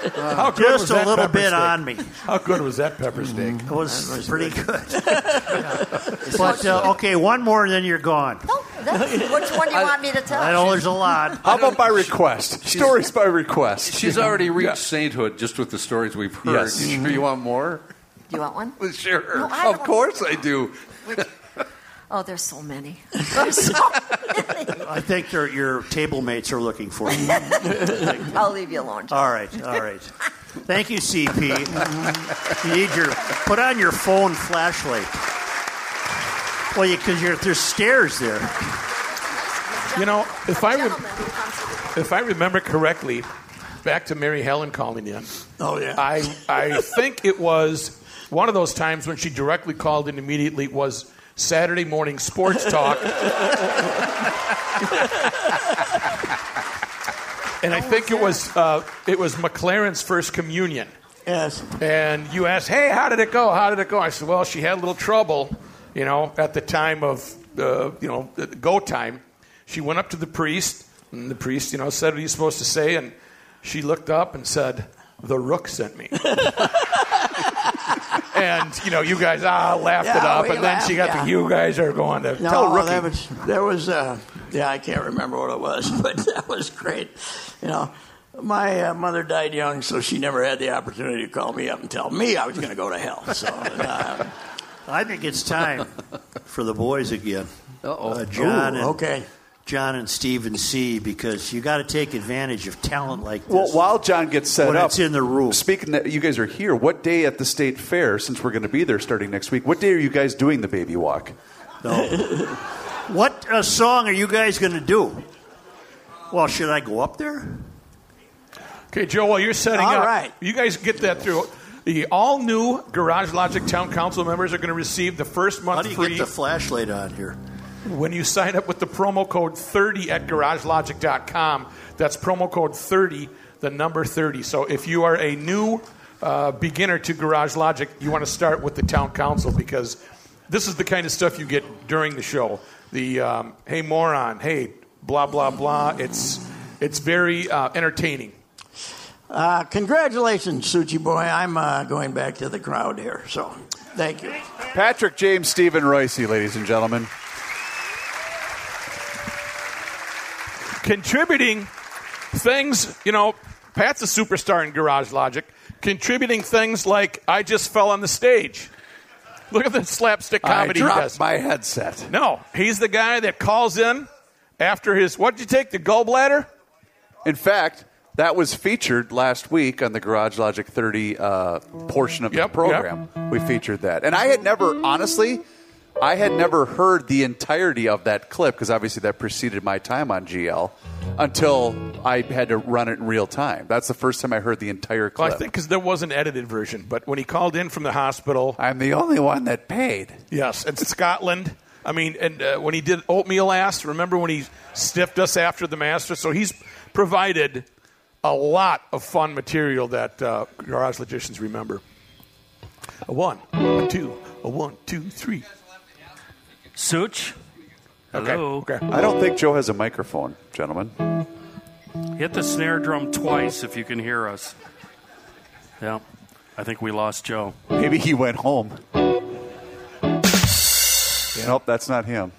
How good was
Just a
that
little
pepper
bit
steak?
on me.
How good was that pepper steak?
It was, pretty good. Yeah. But uh, okay, one more and then you're gone.
no, that's, which one do you want me to tell?
I know there's a lot.
How about by request? Stories by request.
She's already reached sainthood just with the stories we've heard.
Yes.
You sure you want more?
You want one?
Sure.
No, I
of
don't-
course I do.
Oh, there's so many. There's so many.
I think your your table mates are looking for you.
I'll leave you alone.
All right, all right. Thank you, CP. you need your put on your phone flashlight. Well, because you, are there's stairs there.
You know, if I re- if I remember correctly, back to Mary Helen calling in.
Oh, yeah.
I I think it was one of those times when she directly called in immediately was Saturday morning sports talk.
Oh,
and I think it was uh, it was McLaren's first communion.
Yes.
And you asked, "Hey, how did it go? How did it go?" I said, "Well, she had a little trouble, you know, at the time of uh, you know the go time. She went up to the priest, and the priest, you know, said what he's supposed to say, and she looked up and said." The rook sent me. and, you know, you guys, ah, laughed it
Yeah,
up.
we
And then she got
laughed, yeah.
the, you guys are going to
No,
tell rookie.
that was there was uh, yeah, I can't remember what it was, but that was great. You know, my uh, mother died young, so she never had the opportunity to call me up and tell me I was going to go to hell. So uh,
I think it's time for the boys again.
Uh-oh.
Uh, John
Ooh,
and,
okay.
John and Stephen C. Because you got to take advantage of talent like this.
Well, while John gets set
When
up,
it's in the rules.
Speaking that you guys are here, what day at the state fair? Since we're going to be there starting next week, what day are you guys doing the baby walk?
What uh, song are you guys going to do? Well, should I go up there?
Okay, Joe, while you're setting
All
up,
right.
you guys get that through. The all new Garage Logic Town Council members are going to receive the first
How
month
do you
free
get the flashlight on here?
when you sign up with the promo code 30 at garagelogic.com. That's promo code 30, the number 30. So if you are a new uh, beginner to Garage Logic, you want to start with the town council because this is the kind of stuff you get during the show. The um, hey moron, hey blah blah blah. It's it's very uh, entertaining.
uh, congratulations, Suchi boy. I'm uh, going back to the crowd here. So thank you.
Patrick James, Stephen Roycey, ladies and gentlemen.
contributing things, you know, Pat's a superstar in Garage Logic, contributing things like I just fell on the stage. Look at the slapstick comedy
I
he
dropped
does.
my headset.
no, he's the guy that calls in after his what did you take the gallbladder?
In fact, that was featured last week on the Garage Logic 30 uh, portion of
Yep,
the program. We featured that, and I had never, honestly, I had never heard the entirety of that clip because obviously that preceded my time on GL until I had to run it in real time. That's the first time I heard the entire clip.
Well, I think because there was an edited version, but when he called in from the hospital,
I'm the only one that paid.
yes, in Scotland. I mean, and uh, when he did oatmeal ass, remember when he stiffed us after the master? So he's provided a lot of fun material that uh, garage logicians remember. A one, a two, a one, two, three.
Such.
Okay.
Hello.
Okay.
I don't think Joe has a microphone, gentlemen.
Hit the snare drum twice if you can hear us. Yeah. I think we lost Joe.
Maybe he went home. Nope, that's not him.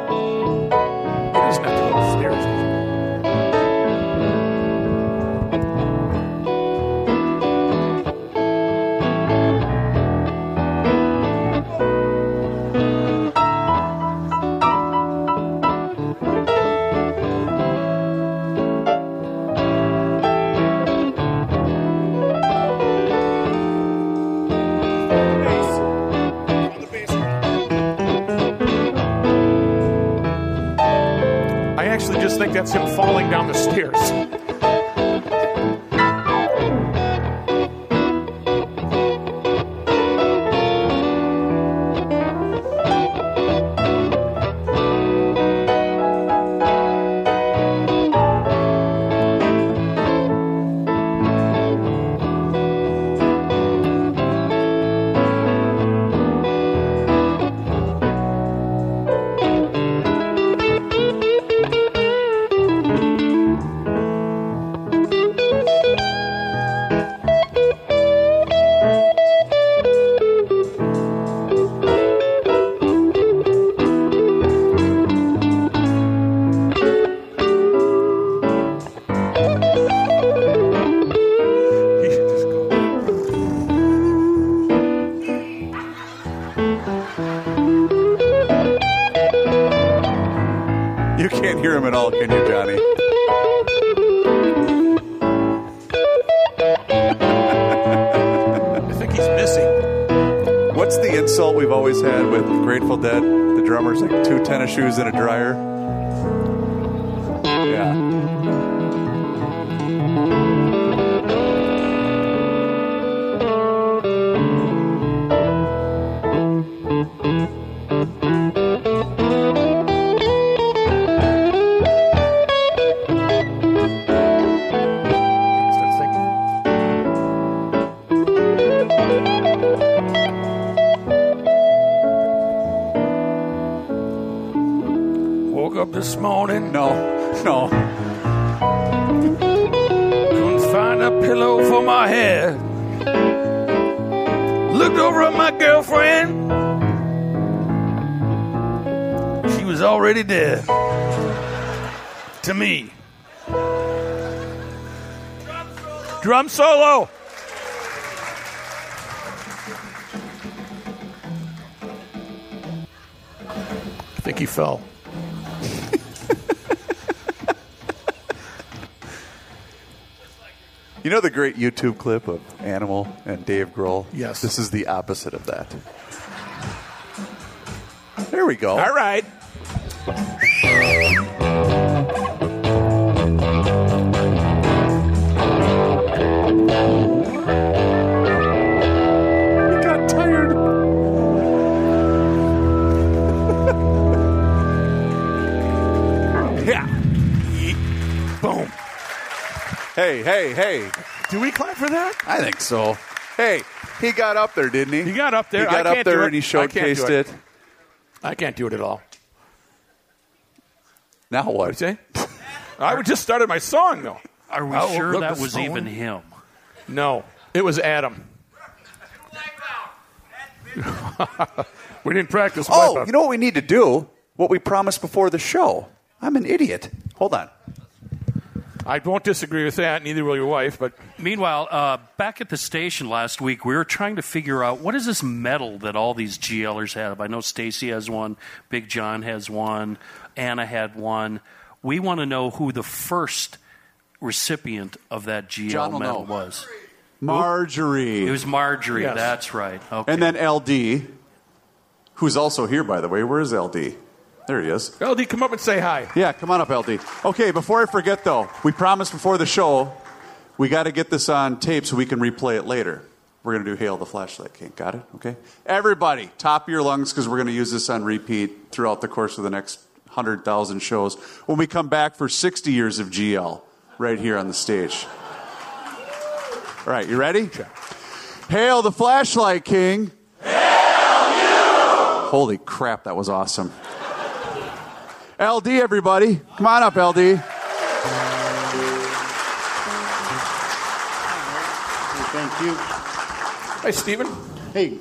He doesn't have to go upstairs. I actually just think that's him falling down the stairs.
on you, Johnny.
I think he's missing.
What's the insult we've always had with Grateful Dead? The drummer's like two tennis shoes and a dryer. Yeah.
Woke up this morning,
No, no.
couldn't find a pillow for my head. Looked over at my girlfriend. She was already dead. To me. Drum solo. I think he fell.
You know the great YouTube clip of Animal and Dave Grohl?
Yes.
This is the opposite of that. There we go.
All right.
I got tired.
Yeah. Boom.
Hey, hey, hey.
Do we clap for that?
I think so. Hey, he got up there, didn't he?
He got up there.
He got
I
up
can't
there
do it.
and he
I can't do
showcased
it.
it.
I can't do it at all.
Now
You
what?
see? I would just started my song though.
Are we
Oh,
sure
look,
that
the
was
phone.
even him?
No, it was Adam. we didn't practice.
Oh,
wipeout.
you know what we need to do? What we promised before the show. I'm an idiot. Hold on.
I won't disagree with that. Neither will your wife. But
Meanwhile, uh, back at the station last week, we were trying to figure out what is this medal that all these GLers have. I know Stacy has one, Big John has one, Anna had one. We want to know who the first recipient of that GL
John will
medal
know.
was.
Marjorie.
It was Marjorie.
Yes.
That's right. Okay.
and then LD, who's also here, by the way. Where is LD? There he is.
LD, come up and say hi.
Yeah, come on up, LD. Okay, before I forget, though, we promised before the show we got to get this on tape so we can replay it later. We're going to do Hail the Flashlight King. Got it? Okay. Everybody, top of your lungs because we're going to use this on repeat throughout the course of the next 100,000 shows when we come back for 60 years of GL right here on the stage. All right, you ready? Hail the Flashlight King. Hail you! Holy crap, that was awesome. LD, everybody. Come on up, LD.
Thank you.
Hi, Stephen.
Hey,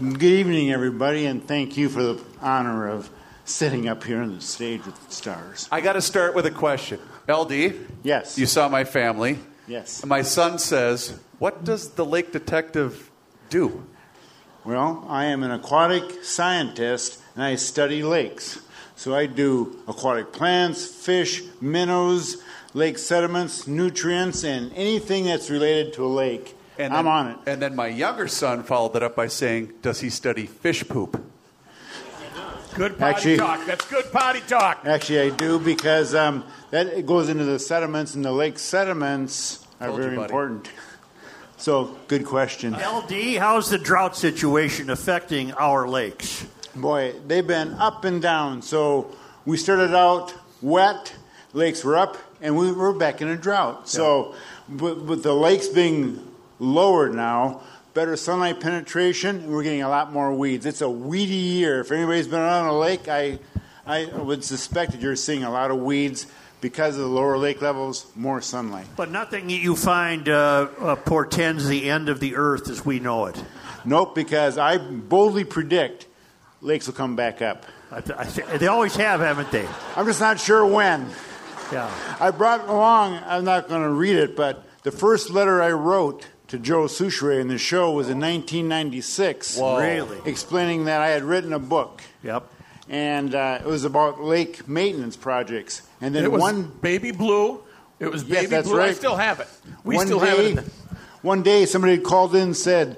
good evening, everybody, and thank you for the honor of sitting up here on the stage with the stars.
I got to start with a question. LD,
Yes.
you saw my family.
Yes.
My son says, What does the lake detective do?
Well, I am an aquatic scientist and I study lakes. So I do aquatic plants, fish, minnows, lake sediments, nutrients, and anything that's related to a lake. I'm
then-
on it.
And then my younger son followed that up by saying, Does he study fish poop?
Good potty
Actually-
talk. That's good potty talk.
Actually, I do because um, that it goes into the sediments, and the lake sediments are
Told you,
very
buddy.
important. So, good question.
LD, how's the drought situation affecting our lakes?
Boy, they've been up and down. So, we started out wet, lakes were up, and we were back in a drought. So, with, with the lakes being lower now, better sunlight penetration, and we're getting a lot more weeds. It's a weedy year. If anybody's been on a lake, I, I would suspect that you're seeing a lot of weeds because of the lower lake levels, more sunlight.
But nothing that you find uh, uh, portends the end of the earth as we know it.
Nope, because I boldly predict lakes will come back up.
I th- I th- they always have, haven't they?
I'm just not sure when.
Yeah.
I brought along, I'm not going to read it, but the first letter I wrote to Joe Souchere in the show was in 1996.
Whoa. Really?
Explaining that I had written a book.
Yep.
and uh, it was about lake maintenance projects. And then
It was
one
baby blue. It was
Yes,
baby
that's
blue. I
right.
still have it. We
one
still
day,
have it. in the-
One day, somebody called in and said,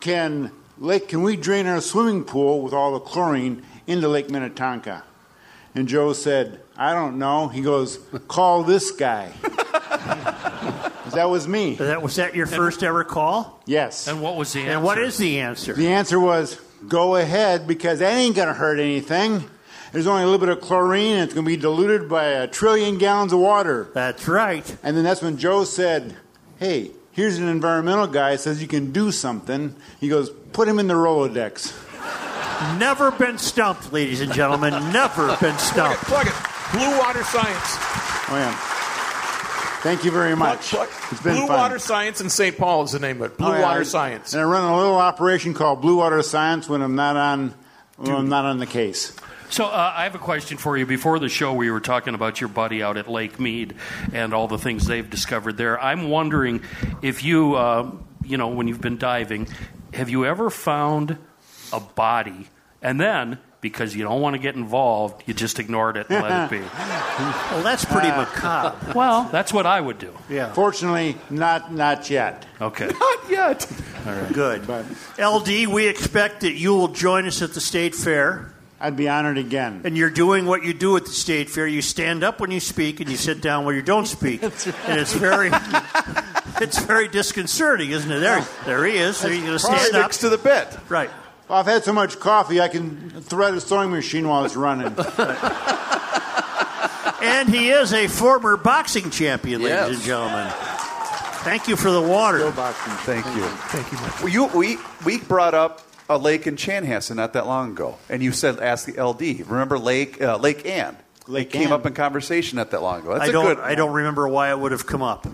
"Can Lake? Can we drain our swimming pool with all the chlorine into Lake Minnetonka?" And Joe said, "I don't know." He goes, "Call this guy." that was me.
That was that your first ever call?
Yes.
And what was the
And what is the answer?
The answer was go ahead because that ain't going to hurt anything. There's only a little bit of chlorine and it's going to be diluted by a trillion gallons of water.
That's right.
And then that's when Joe said, hey, here's an environmental guy says you can do something. He goes, put him in the Rolodex.
Never been stumped, ladies and gentlemen. Never been stumped.
Plug it. Blue Water Science.
Oh, yeah. Thank you very much. It's been
Blue
fun.
Water Science in St. Paul is the name of it. Blue
Oh, yeah.
Water Science.
And I run a little operation called Blue Water Science when I'm not on, when I'm not on the case.
So uh, I have a question for you. Before the show, we were talking about your buddy out at Lake Mead and all the things they've discovered there. I'm wondering if you, uh, you know, when you've been diving, have you ever found a body and then? Because you don't want to get involved, you just ignored it and let it be.
Well, that's pretty macabre.
Well, that's what I would do.
Yeah.
Uh, Fortunately, not not yet.
Okay.
Not yet.
Good.
But
LD, we expect that you will join us at the state fair.
I'd be honored again.
And you're doing what you do at the state fair. You stand up when you speak, and you sit down when you don't speak. And it's very, it's very disconcerting, isn't it? There, there he is. There he's going to
Probably
stand up.
next to the bit.
Right.
Well, I've had so much coffee, I can thread a sewing machine while it's running.
And he is a former boxing champion, ladies
Yes.
and gentlemen. Thank you for the water.
Thank you. Thank you. Well, you we we brought up a lake in Chanhassen not that long ago, and you said ask the LD. Remember Lake uh, Lake Ann? Lake it came
Ann.
up in conversation not that long ago.
I
That's a
don't.
good.
I don't remember why it would have come up.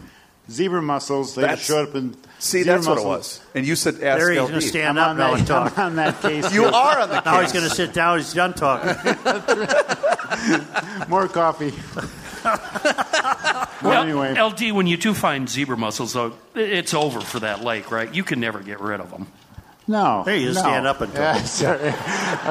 Zebra mussels, they
That's-
just showed up in.
See,
zebra
that's what it
mussels.
was. And you said ask
There he's
LD.
going to stand
I'm
up
on
now
that-
and talk.
I'm on that case.
You are on the
Now he's
case.
going to sit down. He's done talking.
More coffee. well, anyway,
L- LD, when you do find zebra mussels, though, i- it's over for that lake, right? You can never get rid of them.
no.
There you
no.
stand up and talk.
Yeah, sorry.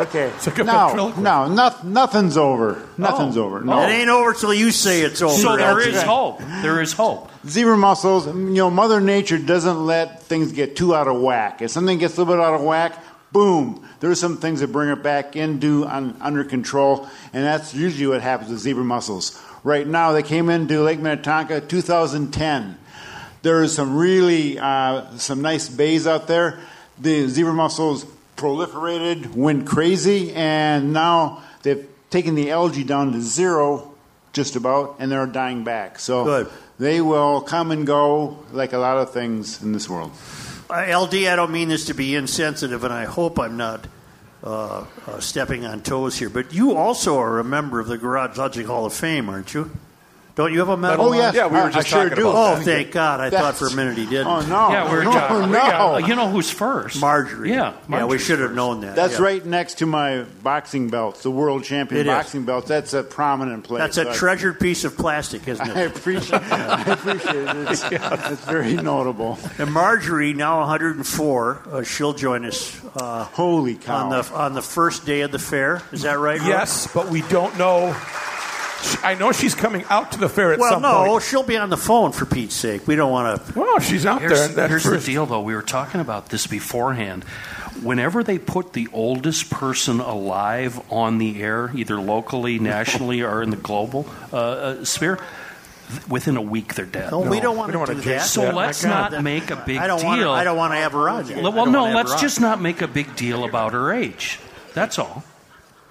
okay.
like a
no,
ventriloquist.
no, noth- nothing's over. Nothing's over. No.
Oh. It ain't over till you say it's over.
So there
Elsie.
is hope. There is hope.
zebra mussels, you know, Mother Nature doesn't let things get too out of whack. If something gets a little bit out of whack, boom, there's some things that bring it back into un, under control, and that's usually what happens with zebra mussels. Right now, they came into Lake Minnetonka 2010. There is some really uh, some nice bays out there. The zebra mussels proliferated, went crazy, and now they've taken the algae down to zero, just about, and they're dying back. So
Good.
they will come and go like a lot of things in this world.
Uh, LD, I don't mean this to be insensitive, and I hope I'm not uh, uh, stepping on toes here. But you also are a member of the Garage Logic Hall of Fame, aren't you? Don't you have a medal?
Oh, yes.
Yeah, we were
I-
just
I sure
talking
do.
about
Oh,
that.
thank God! I thought
That's-
for a minute he didn't.
Oh, no.
yeah, we're
no,
uh,
no.
we got- you know who's first?
Marjorie.
Yeah,
yeah, we
Marjorie's
should have
first.
known that.
That's
yeah.
right next to my boxing belts, the world champion
It is.
boxing belts. That's a prominent place.
That's a
I-
treasured piece of plastic, isn't
I
it?
appreciate, I appreciate it. It's, it's very notable.
And Marjorie, now 104, uh, she'll join us uh,
Holy cow.
on the on the first day of the fair. Is that right? Rob?
Yes, but we don't know. She- I know she's coming out to the fair at
Well,
some
no,
point.
she'll be on the phone for Pete's sake. We don't want to.
Well, she's out there.
Here's,
and that
here's
first-
the deal, though. We were talking about this beforehand. Whenever they put the oldest person alive on the air, either locally, nationally, or in the global uh, uh, sphere, th- within a week they're dead.
No, we don't
we
want
don't
to do
wanna jinx
that. uh,
So
Yeah, my
let's
God.
not make a big
I don't
deal.
want. I don't want to have her on. yet.
Well,
I don't
no,
wanna have
let's
her on.
just not make a big deal about her age. That's all.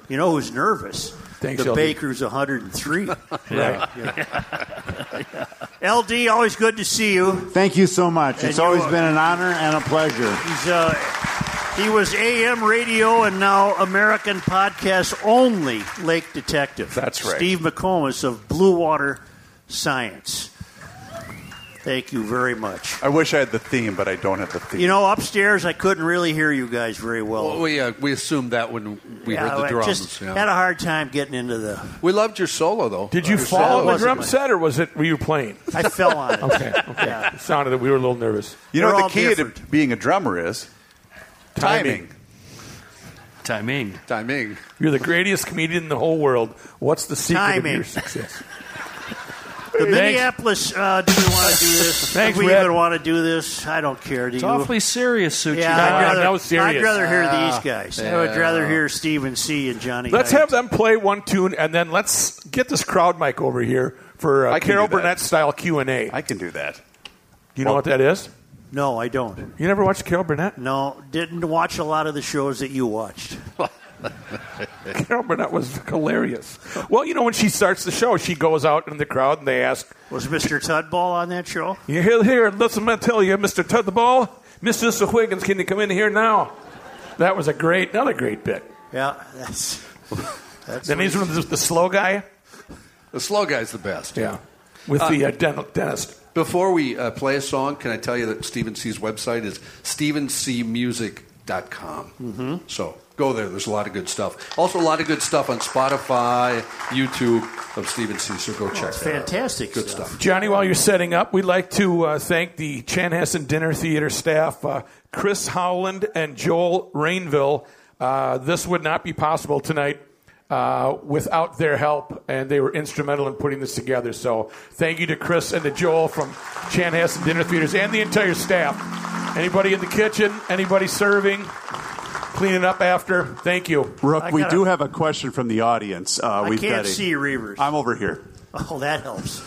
You know who's nervous?
Thanks,
the
LD.
baker's 103.
Right.
LD, always good to see you.
Thank you so much.
And
It's
you
always
are-
been an honor and a pleasure.
He's uh, he was AM radio and now American podcast only Lake Detective.
That's right.
Steve McComas of Blue Water Science. Thank you very much.
I wish I had the theme, but I don't have the theme.
You know, upstairs I couldn't really hear you guys very well.
Well, we, uh, we assumed that when we
Yeah,
heard the
I
drums.
Just
yeah.
had a hard time getting into the.
we loved your solo, though.
Did you
Your
fall
solo
at the
was-
drum set, or was it were you playing?
I fell on it.
Okay, okay.
Yeah.
It sounded that we were a little nervous.
You know
They're
what
all
the key
different.
to being a drummer is timing.
Timing.
Timing.
You're the greatest comedian in the whole world. What's the secret
Timing.
of your success?
The
Thanks.
Minneapolis, uh, do we want to do this?
Thanks,
do we
Rick.
even want to do this? I don't care. Do
It's
you?
awfully serious, Suchi.
yeah,
Come on,
I'd rather,
that was serious.
I'd rather hear
Ah,
these guys. I
yeah.
would rather hear Steven C. and Johnny.
Let's
Knight.
have them play one tune, and then let's get this crowd mic over here for uh,
I can
Carol
do that.
Burnett style Q and A. I
can do that.
Do you know what that is?
No, I don't.
You never watched Carol Burnett?
No, didn't watch a lot of the shows that you watched.
Carol Burnett was hilarious. Well, you know when she starts the show, she goes out in the crowd and they ask,
"Was Mr. Tudball on that show?"
You here, here. Listen, I tell you, Mister Tudball, Mister Wiggins, can you come in here now? That was a great, another great bit.
Yeah, that's. that's
Then he's one of the, the slow guy.
The slow guy's the best.
Yeah. With the, uh, dental, dentist.
Before we uh, play a song, can I tell you that Stephen C's website is stephencmusic.com. Mm-hmm. So go there. There's a lot of good stuff. Also, a lot of good stuff on Spotify, YouTube of Stephen C. So go check
Oh,
that
fantastic
out. Good stuff.
Johnny, while you're setting up, we'd like to uh, thank the Chanhassen Dinner Theater staff, uh, Chris Howland and Joel Rainville. Uh, this would not be possible tonight uh, without their help, and they were instrumental in putting this together. So thank you to Chris and to Joel from Chanhassen Dinner Theaters and the entire staff. Anybody in the kitchen, anybody serving, cleaning up after, thank you.
Rook, we do have a question from the audience. Uh,
I
we've
can't
got a-
see Reavers.
I'm over here.
Oh, that helps.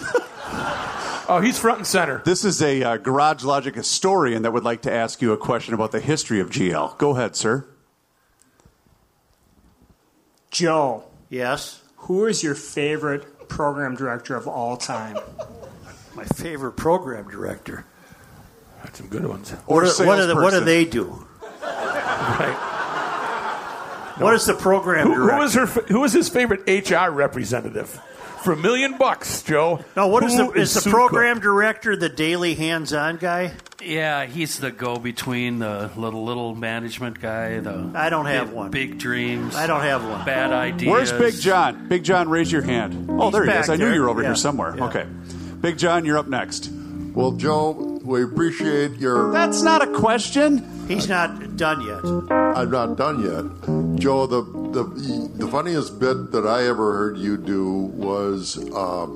Oh, he's front and center.
This is a uh, Garage Logic historian that would like to ask you a question about the history of GL. Go ahead, sir.
Joe.
Yes.
Who is your favorite program director of all time?
My favorite program director.
That's some good ones.
What, are- what, are the- what do they do? What is the program
Who, who
director?
is her? fa- Who is his favorite HR representative? For a million bucks, Joe.
No, what is
who
the is, the
Sue
program director the daily hands-on guy?
Yeah, he's the go-between, the little little management guy. The
I don't have
big,
one.
Big dreams.
I don't have one.
Bad ideas.
Where's Big John? Big John, raise your hand. Oh,
He's
there he
back
is. I knew
there.
you were over
Yeah.
here somewhere.
Yeah.
Okay. Big John, you're up next.
Well, Joe, we appreciate your.
That's not a question.
He's not done yet.
I'm not done yet. Joe, the, the, the funniest bit that I ever heard you do was um,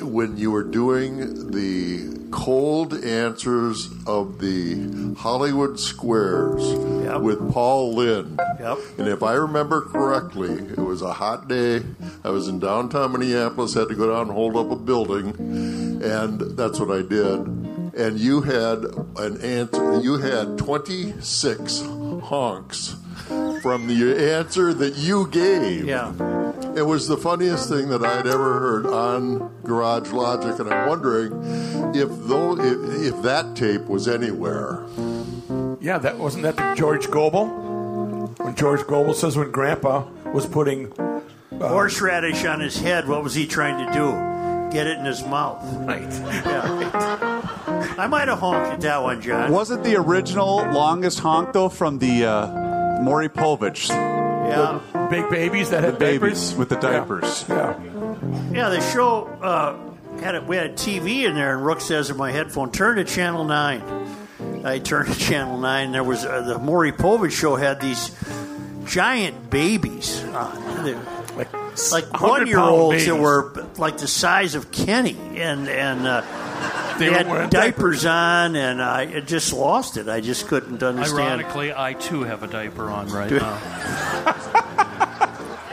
when you were doing the cold answers of the Hollywood Squares with Paul Lynn.
Yep.
And if I remember correctly, it was a hot day. I was in downtown Minneapolis, had to go down and hold up a building, and that's what I did. And you had an answer. You had 26 honks from the answer that you gave.
Yeah.
It was the funniest thing that I'd ever heard on Garage Logic, and I'm wondering if though if, if that tape was anywhere.
Cook? Yeah, that wasn't that the George Goebel. When George Goebel says when Grandpa was putting
Horseradish on his head. What was he trying to do? Get it in his mouth.
Right.
Yeah. I might have honked at that one, John.
Wasn't the original longest honk, though, from the uh, Maury Povich?
Yeah.
big babies that had
the babies with the diapers.
Yeah, the show uh, had a, we had a TV in there, and Rook says in my headphone, "Turn to channel 9. I turned to channel nine. and There was uh, the Maury Povich show had these giant babies, on. They- like, one year olds that
100-pound
were like the size of Kenny, and and uh,
They
they,
were
had
wearing
diapers, on, and I it just lost it. I just couldn't understand.
Ironically, I too have a diaper on right now.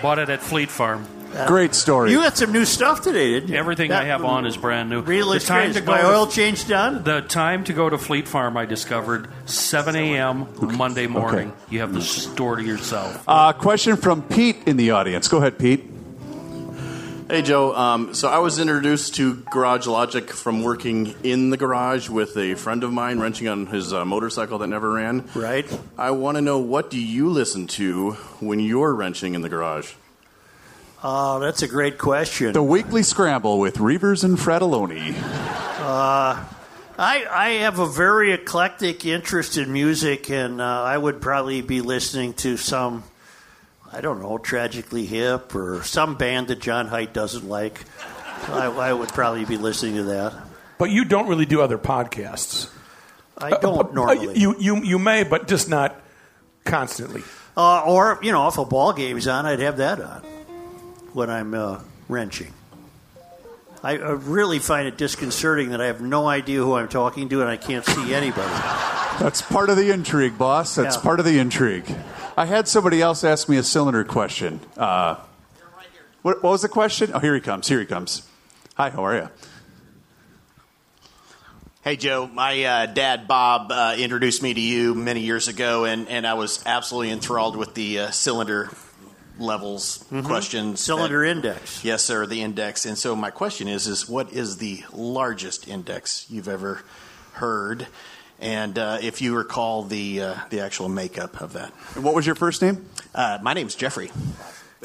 Bought it at Fleet Farm.
Great story.
You had some new stuff today, didn't you?
Everything I
That-
have on is brand new.
Real
The time
estate.
to
Is
go
my
to-
oil change done?
The time to go to Fleet Farm, I discovered, 7 a.m. Monday morning. You have the store to yourself.
Uh, question from Pete in the audience. Go ahead, Pete.
Hey Joe, um, so I was introduced to Garage Logic from working in the garage with a friend of mine wrenching on his uh, motorcycle that never ran.
Right.
I want to know what do you listen to when you're wrenching in the garage?
Oh, that's a great question.
The Weekly Scramble with Reavers and Fratelloni.
Uh, I I have a very eclectic interest in music, and uh, I would probably be listening to some, I don't know, tragically hip or some band that John Haidt doesn't like. I, I would probably be listening to that.
But you don't really do other podcasts.
I don't
Uh,
normally.
You, you, you may, but just not constantly.
Uh, or you know, if a ball game's on, I'd have that on when I'm uh, wrenching. I, I really find it disconcerting that I have no idea who I'm talking to and I can't see anybody.
That's part of the intrigue, boss. That's
Yeah.
part of the intrigue. I had somebody else ask me a cylinder question. Uh, what, what was the question? Oh, here he comes. Here he comes. Hi, how are you?
Hey, Joe. My uh, dad, Bob, uh, introduced me to you many years ago, and, and I was absolutely enthralled with the uh, cylinder levels
Mhm.
questions.
Cylinder
that-
index.
Yes, sir, the index. And so my question is, is what is the largest index you've ever heard? And uh, if you recall the, uh, the actual makeup of that.
And what was your first name?
Uh, my name's Jeffrey.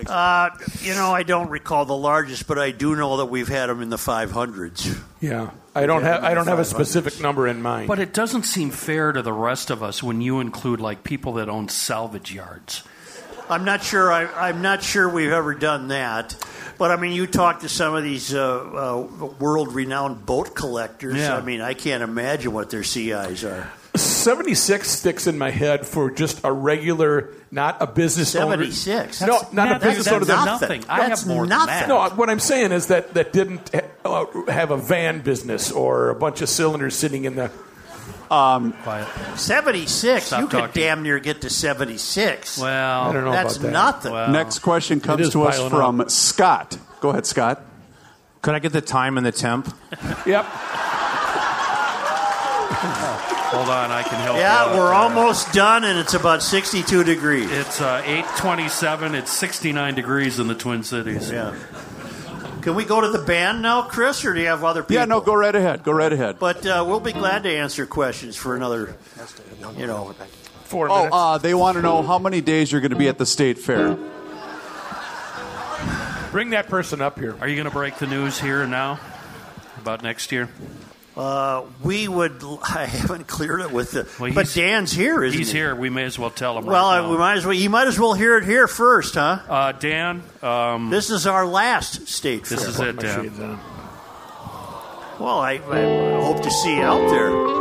Uh, you know, I don't recall the largest, but I do know that we've had them in the 500s.
Yeah, I don't have I don't have a
500s.
specific number in mind.
But it doesn't seem fair to the rest of us when you include like people that own salvage yards.
I'm not sure. I, I'm not sure we've ever done that. But I mean, you talk to some of these uh, uh, world-renowned boat collectors.
Yeah.
I mean, I can't imagine what their CIs are.
76 sticks in my head for just a regular, not a business owner.
76?
No,
That's-
not
that's-
a business
that's
owner. that-
nothing. I have That's more than nothing. that.
No, what I'm saying is that that didn't uh, have a van business or a bunch of cylinders sitting in the.
Um,
76.
Stop
you could
talking.
damn near get to 76.
Well,
I don't know
that's
about that.
nothing.
Next question
It
comes
is
to us
piling
from
up.
Scott. Go ahead, Scott.
Could I get the time and the temp?
Yep.
Hold on, I can help. you
Yeah,
out
we're
there.
almost done, and it's about 62 degrees.
It's uh, 827. It's 69 degrees in the Twin Cities.
Yeah. Can we go to the band now, Chris, or do you have other people?
Yeah, no, go right ahead. Go right ahead.
But uh, we'll be glad to answer questions for another, you know.
Four
Oh, uh, they want to know how many days you're going to be at the state fair.
Bring that person up here.
Are you going to break the news here and now about next year?
Uh, we would. I haven't cleared it with the. but Dan's here, isn't
he's
he?
here. We may as well tell him.
Well,
right
I-
now.
we might as well. You might as well hear it here first, huh?
Uh, Dan, um,
this is our last state.
This
fair.
is it, Dan.
Well, I, I hope to see you out there.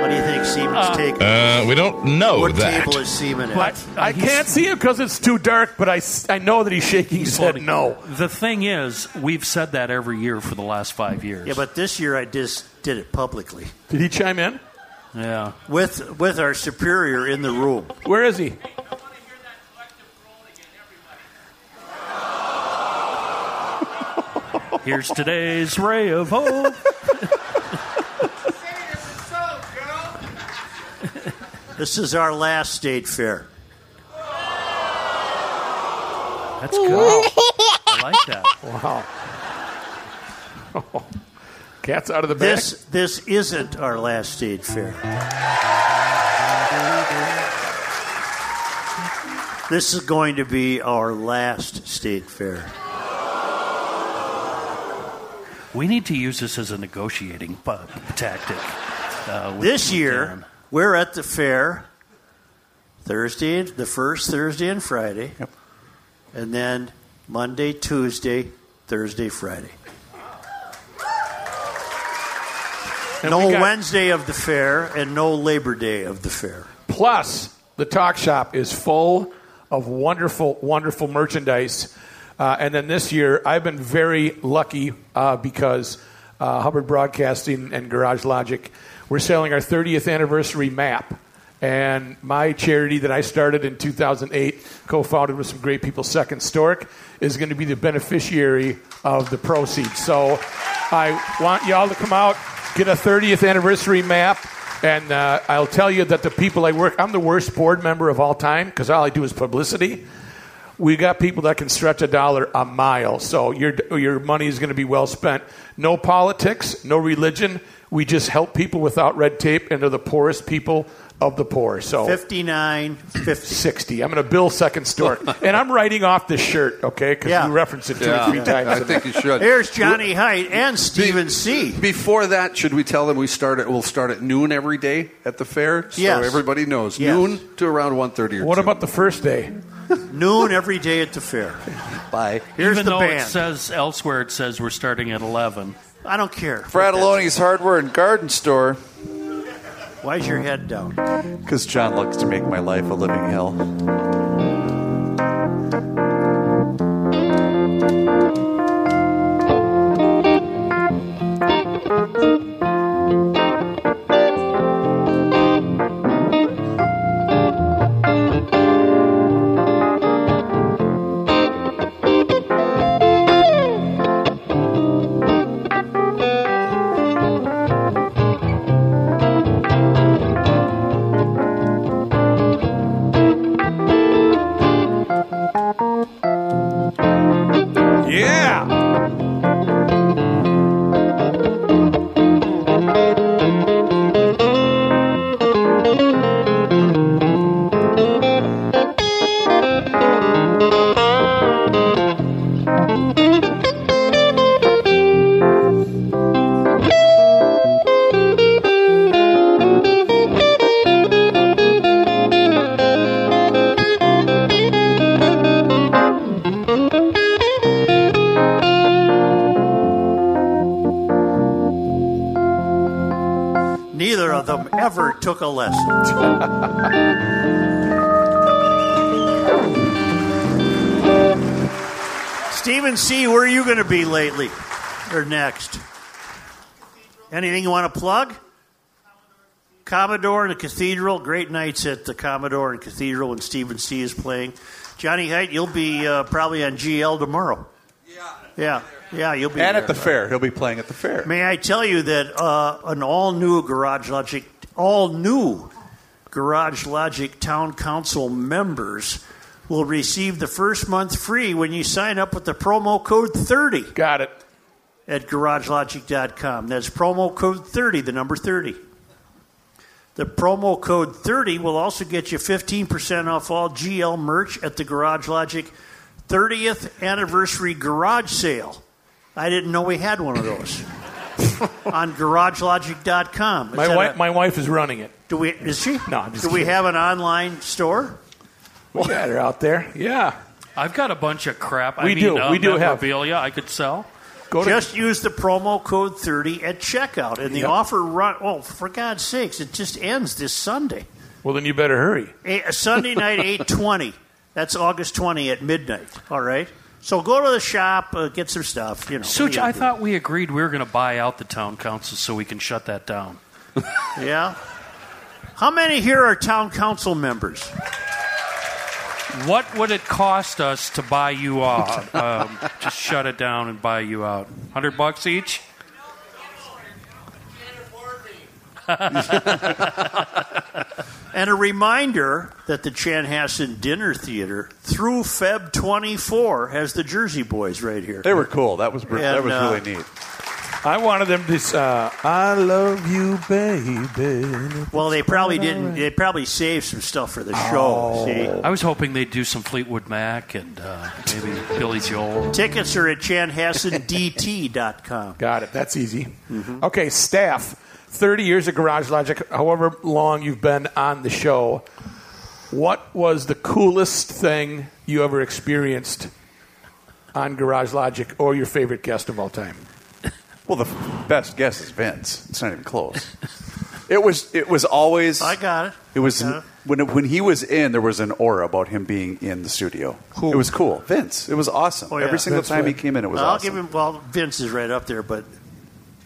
What do you think Siemens take?
Uh, we don't know
What
that.
table is Siemens
I,
at?
I can't see him because it's too dark, but I, s- I know that he's shaking his head no.
Oh, The thing is, we've said that every year for the last five years.
Yeah, but this year I just did it publicly
Did he chime in?
Yeah.
with with our superior in the room.
Where is he?
Here's today's ray of hope.
This is our last state fair.
That's good. I like that.
Wow. Cat's out of the bag.
This this isn't our last state fair. This is going to be our last state fair.
We need to use this as a negotiating uh, tactic. Uh, with-
This
with Dan.
year, we're at the fair Thursday, the first Thursday and Friday, and then Monday, Tuesday, Thursday, Friday. no
we got-
Wednesday of the fair and no Labor Day of the fair.
Plus, the talk shop is full of wonderful, wonderful merchandise. Uh, and then this year, I've been very lucky uh, because uh, Hubbard Broadcasting and Garage Logic, we're selling our 30th anniversary map. And my charity that I started in 2008, co founded with some great people, Second Stork, is going to be the beneficiary of the proceeds. So I want y'all to come out, get a 30th anniversary map. And uh, I'll tell you that the people I work, I'm the worst board member of all time because all I do is publicity. We got people that can stretch a dollar a mile, so your your money is going to be well spent. No politics, no religion. We just help people without red tape, and they're the poorest people of the poor. So
59, 50.
60. I'm going to bill second stork, and I'm writing off this shirt, okay? Because you referenced it two
Yeah.
or three times.
I think you should.
Here's Johnny Height and Steven C.
Before that, should we tell them we start at we'll start at noon every day at the fair so
Yes.
everybody knows
Yes.
noon to around 1.30 or
What about the first day?
Noon every day at the fair.
Bye.
Here's
Even
the
though
band.
it says elsewhere, it says we're starting at eleven.
I don't care.
Fratelloni's Hardware and Garden Store.
Why's your head down?
Because John likes to make my life a living hell.
Yeah.
Neither of them ever took a lesson. Stephen C., where are you going to be lately or next? Anything you want to plug? Commodore and the Cathedral. Great nights at the Commodore and Cathedral when Stephen C. is playing. Johnny Height, you'll be uh, probably on GL tomorrow. Yeah. Yeah. Yeah, you'll be
And
there.
at the fair. He'll be playing at the fair.
May I tell you that uh, an all new Garage Logic, all new Garage Logic Town Council members will receive the first month free when you sign up with the promo code 30.
Got it.
At garagelogic.com. That's promo code 30, the number 30. The promo code 30 will also get you 15% off all GL merch at the Garage Logic 30th Anniversary Garage Sale. I didn't know we had one of those. on garagelogic.com. Is
My
that
wife,
a-
my wife is running it.
do we, is she?
No, I'm just
Do we
kidding.
have an online store?
We got her out there. Yeah.
I've got a bunch of crap. I
We
mean,
do.
Uh,
We do have-
memorabilia I could sell.
just use the promo code 30 at checkout. And the
Yep.
offer run, oh, for God's sakes, it just ends this Sunday. Eh,
Well, then you better hurry.
A, Sunday night, 820. That's August 20 at midnight. All right? So go to the shop, uh, get some stuff. You know,
Such,
Yeah.
I thought we agreed we were going to buy out the town council so we can shut that down.
Yeah. How many here are town council members?
What would it cost us to buy you out? Um, just shut it down and buy you out. Hundred bucks each.
And a reminder that the Chanhassen Dinner Theater through Feb 24 has the Jersey Boys right here.
They were cool. That was br- that
And,
was
uh,
really neat.
I wanted them to. Uh, I love you, baby.
Well, they probably didn't. They probably saved some stuff for the
Oh.
show. See,
I was hoping they'd do some Fleetwood Mac and uh, maybe Billy Joel.
tickets are at chanhassendt.com.
Got it. That's easy.
Mm-hmm.
Okay, staff. 30 years of Garage Logic, however long you've been on the show, what was the coolest thing you ever experienced on Garage Logic or your favorite guest of all time?
Well, the f- best guess is Vince. It's not even close. it was. It was always. I
got it.
It was when it, when he was in. There was an aura about him being in the studio. It was cool. Vince. It was awesome.
Oh, yeah.
Every single time he came in, it was
I'll
awesome.
give him. Well, Vince is right up there, but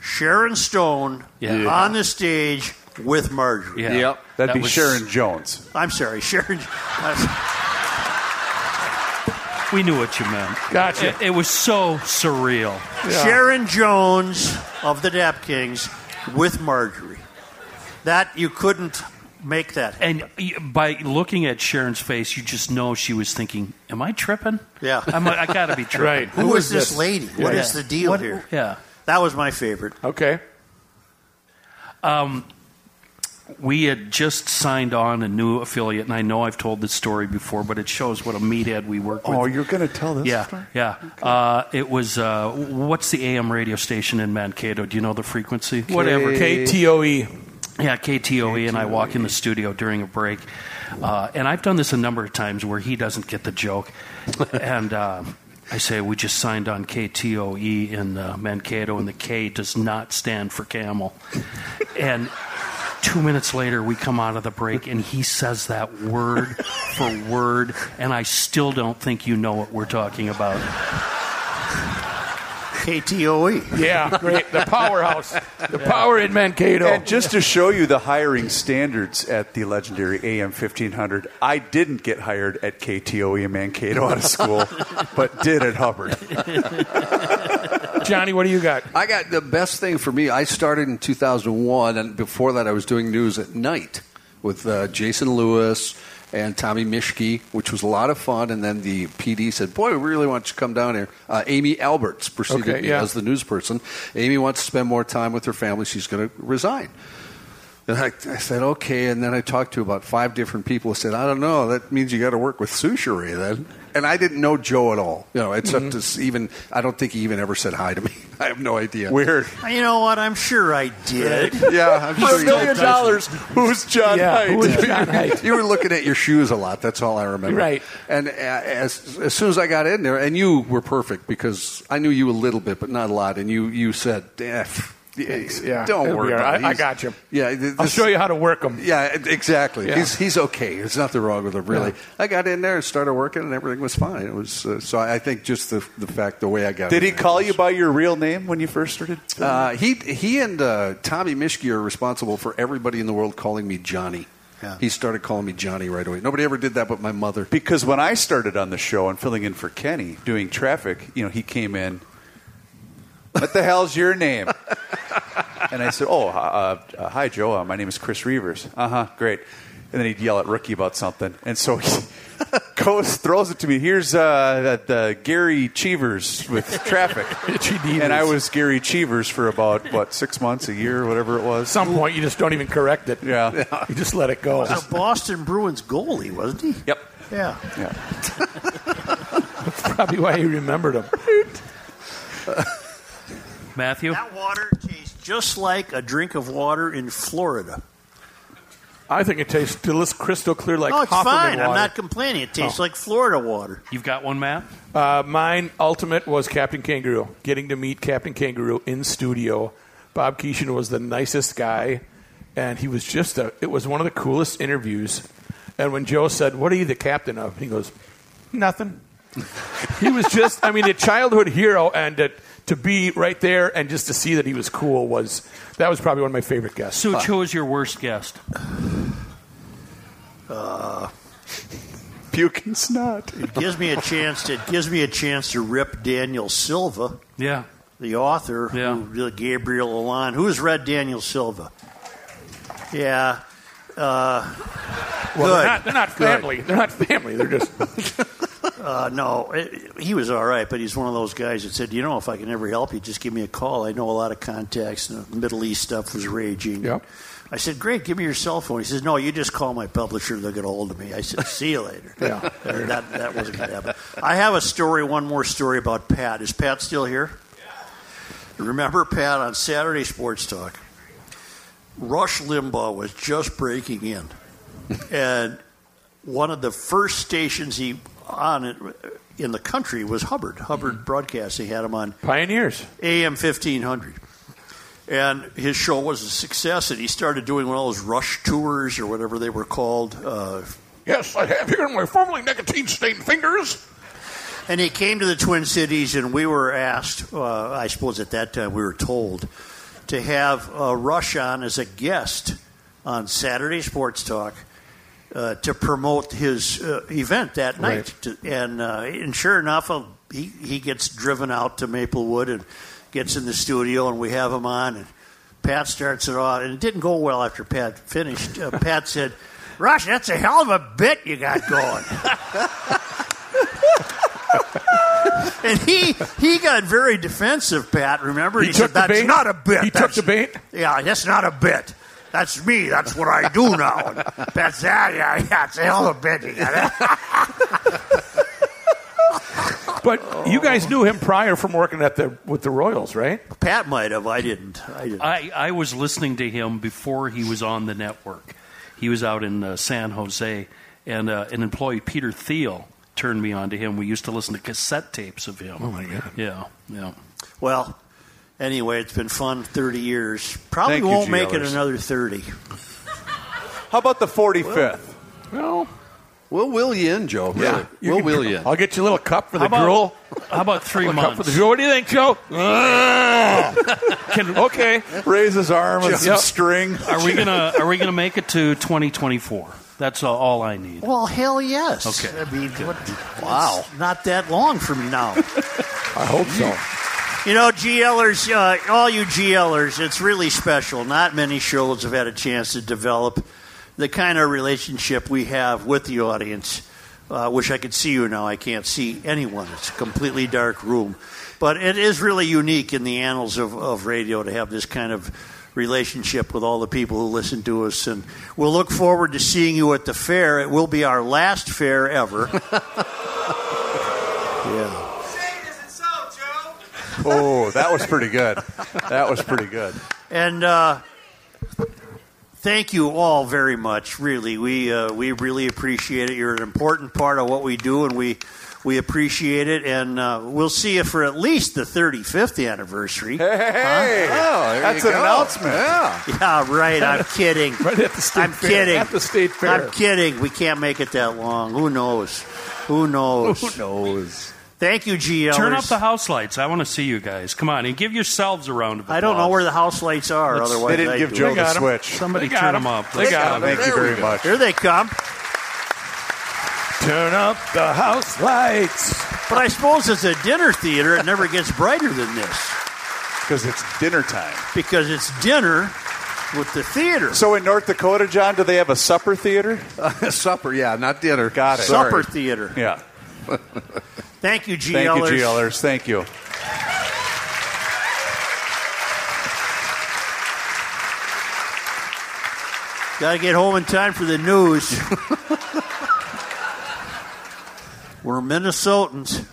Sharon Stone
Yeah.
on the stage with Marjorie.
That'd be Sharon Jones.
I'm sorry, Sharon.
We knew what you meant.
Gotcha.
It, it was so surreal.
Sharon Jones of the Dap Kings with Marjorie. That you couldn't make that. Happen.
And y- by looking at Sharon's face, you just know she was thinking, "Am I tripping?
Yeah,
I'm, I got to be tripping."
Who, is this, lady? What
Yeah.
is the deal
What-
here?
Yeah.
That was my favorite.
Okay.
Um, we had just signed on a new affiliate, and I know I've told this story before, but it shows what a meathead we work with.
Oh, you're gonna tell this
yeah,
story?
yeah. Uh, it was uh, what's the AM radio station in Mankato? Do you know the frequency? Whatever.
KTOE.
Yeah, KTOE, E and I walk in the studio during a break. Uh, and I've done this a number of times where he doesn't get the joke. and uh, I say, We just signed on KTOE in uh, Mankato, and the K does not stand for camel. And Two minutes later, we come out of the break, and he says that word for word, and I still don't think you know what we're talking about.
KTOE. Yeah, great. The powerhouse. The power in Mankato.
And just to show you the hiring standards at the legendary AM 1500, I didn't get hired at KTOE E in Mankato out of school, but did at Hubbard.
Johnny, what do you got?
I got the best thing for me. I started in 2001, and before that, I was doing news at night with uh, Jason Lewis and Tommy Mishke, which was a lot of fun. And then the PD said, "Boy, we really want you to come down here." Uh, Amy Alberts preceded
Okay,
me
yeah.
as the news person. Amy wants to spend more time with her family. She's going to resign. And I, I said, okay. And then I talked to about five different people who said, I don't know, that means you got to work with Sushery then. And I didn't know Joe at all, you know,
Mm-hmm.
except to s- even, I don't think he even ever said hi to me. I have no idea.
Weird.
You know what? I'm sure I did.
yeah, I'm
For a
sure you
million
did.
dollars,
who's John
Yeah, who Knight? is
John Knight? you were looking at your shoes a lot. That's all I remember.
Right.
And a- as, as soon as I got in there, and you were perfect because I knew you a little bit, but not a lot. And you, you said, eh, f-
Yeah,
don't
it'll
worry
be all right.
about it.
I, I
He's-
got you.
Yeah, th-
I'll
this-
show you how to work them.
Yeah, e- exactly.
Yeah.
He's he's okay. There's nothing wrong with him, really.
Yeah.
I got in there and started working, and everything was fine. It was uh, so. I I think just the the fact, the way I got.
Did he
in there.
call you by your real name when you first started?
Uh, he he and uh, Tommy Mishke are responsible for everybody in the world calling me Johnny. He started calling me Johnny right away. Nobody ever did that but my mother.
Because when I started on the show and filling in for Kenny doing traffic, you know, he came in. What the hell's your name? and I said, "Oh, uh, uh, hi, Joe. Uh, my name is Chris Reavers." Uh huh. Great. And then he'd yell at Rookie about something, and so he goes throws it to me. Here's uh, the, the Gary Cheevers with traffic, and I was Gary Cheevers for about what six months, a year, whatever it was.
Some point, you just don't even correct it.
Yeah,
you just let it go.
He was a Boston Bruins goalie, wasn't he?
Yep.
Yeah.
Yeah.
That's probably why he remembered him.
Matthew?
That water tastes just like a drink of water in Florida.
I think it tastes still is crystal clear like
oh, it's
Hofferman
fine. I'm
water.
not complaining. It tastes
Oh.
like Florida water.
You've got one, Matt?
Uh, mine ultimate was Captain Kangaroo. Getting to meet Captain Kangaroo in studio. Bob Keeshan was the nicest guy, and he was just a. It was one of the coolest interviews. And when Joe said, "What are you the captain of?" he goes, "Nothing." he was just. I mean, a childhood hero, and to, to be right there and just to see that he was cool was that was probably one of my favorite guests. Uh,
Such, who was your worst guest?
Uh,
Puke and snot.
It gives me a chance. It gives me a chance to rip Daniel Silva.
Yeah.
The author, who, Gabriel Alon. Who's read Daniel Silva? Yeah. Uh,
Well,
good.
they're not, they're not
Good.
family. They're not family. They're just.
Uh, no, it, he was all right, but he's one of those guys that said, you know, if I can ever help you, just give me a call. I know a lot of contacts, and the Middle East stuff was raging. I said, great, give me your cell phone. He says, no, you just call my publisher, they'll get a hold of me. I said, see you later.
Yeah.
And that, that wasn't going to happen. I have a story, one more story about Pat. Is Pat still here? Remember Pat on Saturday Sports Talk? Rush Limbaugh was just breaking in, and one of the first stations he on it in the country was Hubbard. Hubbard Broadcasting had him on
Pioneers
AM fifteen hundred, and his show was a success. And he started doing one of those Rush tours or whatever they were called. Uh,
yes, I have here my formerly nicotine-stained fingers.
And he came to the Twin Cities, and we were asked, uh, I suppose at that time we were told, to have uh, Rush on as a guest on Saturday Sports Talk uh, to promote his uh, event that night. To, and, uh, and sure enough, uh, he, he gets driven out to Maplewood and gets in the studio, and we have him on. And Pat starts it off, and it didn't go well after Pat finished. Uh, Pat said, Rush, that's a hell of a bit you got going. and he he got very defensive, Pat. Remember,
He took the
"That's
bait?
not a bit."
He took
That's-
the bait?
Yeah, that's not a bit. That's me. That's what I do now. And Pat's that. Yeah, yeah, it's a hell of a bit. You got it."
But you guys knew him prior from working at the with the Royals, right?
Pat might have. I didn't. I didn't.
I, I was listening to him before he was on the network. He was out in uh, San Jose, and uh, an employee, Peter Thiel, turned me on to him. We used to listen to cassette tapes of him.
Oh, my God.
Yeah, yeah.
Well, anyway, it's been fun. Thirty years. Probably
Thank you,
won't make it
GLers.
another thirty.
How about the 45th?
No.
We'll will you in, Joe. Really.
Yeah, you
we'll
can-
will you in.
I'll get you a little cup for the
How about-
gruel.
how about three
Little cup for
months?
the gruel. What do you think, Joe? Can- okay.
Raise his arm
and some
string.
Are we gonna Are we gonna make it to 2024? That's all- all I need.
Well, hell yes.
Okay.
I mean, what,
Wow.
it's Not that long from now.
I hope so.
You know, GLers, uh, all you GLers, it's really special. Not many shows have had a chance to develop the kind of relationship we have with the audience. I uh, wish I could see you now. I can't see anyone. It's a completely dark room. But it is really unique in the annals of, of radio to have this kind of relationship with all the people who listen to us. And we'll look forward to seeing you at the fair. It will be our last fair ever. yeah.
Oh, that was pretty good. That was pretty good.
And uh, thank you all very much. Really, we uh, we really appreciate it. You're an important part of what we do, and we we appreciate it. And uh, we'll see you for at least the 35th anniversary. Hey,
hey, Oh, that's an announcement.
Yeah, right. I'm kidding. I'm
fair-
kidding.
at the state fair.
I'm kidding. We can't make it that long. Who knows? Who knows? Who knows? Thank you, GL.
Turn up the house lights. I want to see you guys. Come on and give yourselves a round of applause.
I don't know where the house lights are.
Let's-
otherwise,
They didn't
I
give
do.
Joe They the got 'em. switch. Somebody They got turn 'em. 'em up. They They got got 'em. 'em. Thank you
There we
very
go.
much.
Here they come.
Turn up the house lights.
But I suppose it's a dinner theater. It never gets brighter than this
Because it's dinner time.
because it's dinner with the theater.
So in North Dakota, John, do they have a supper theater?
supper, yeah, not dinner.
Got it.
supper theater.
Yeah.
Thank you, GLers.
Thank you, GLers. Thank you.
Got to get home in time for the news. We're Minnesotans.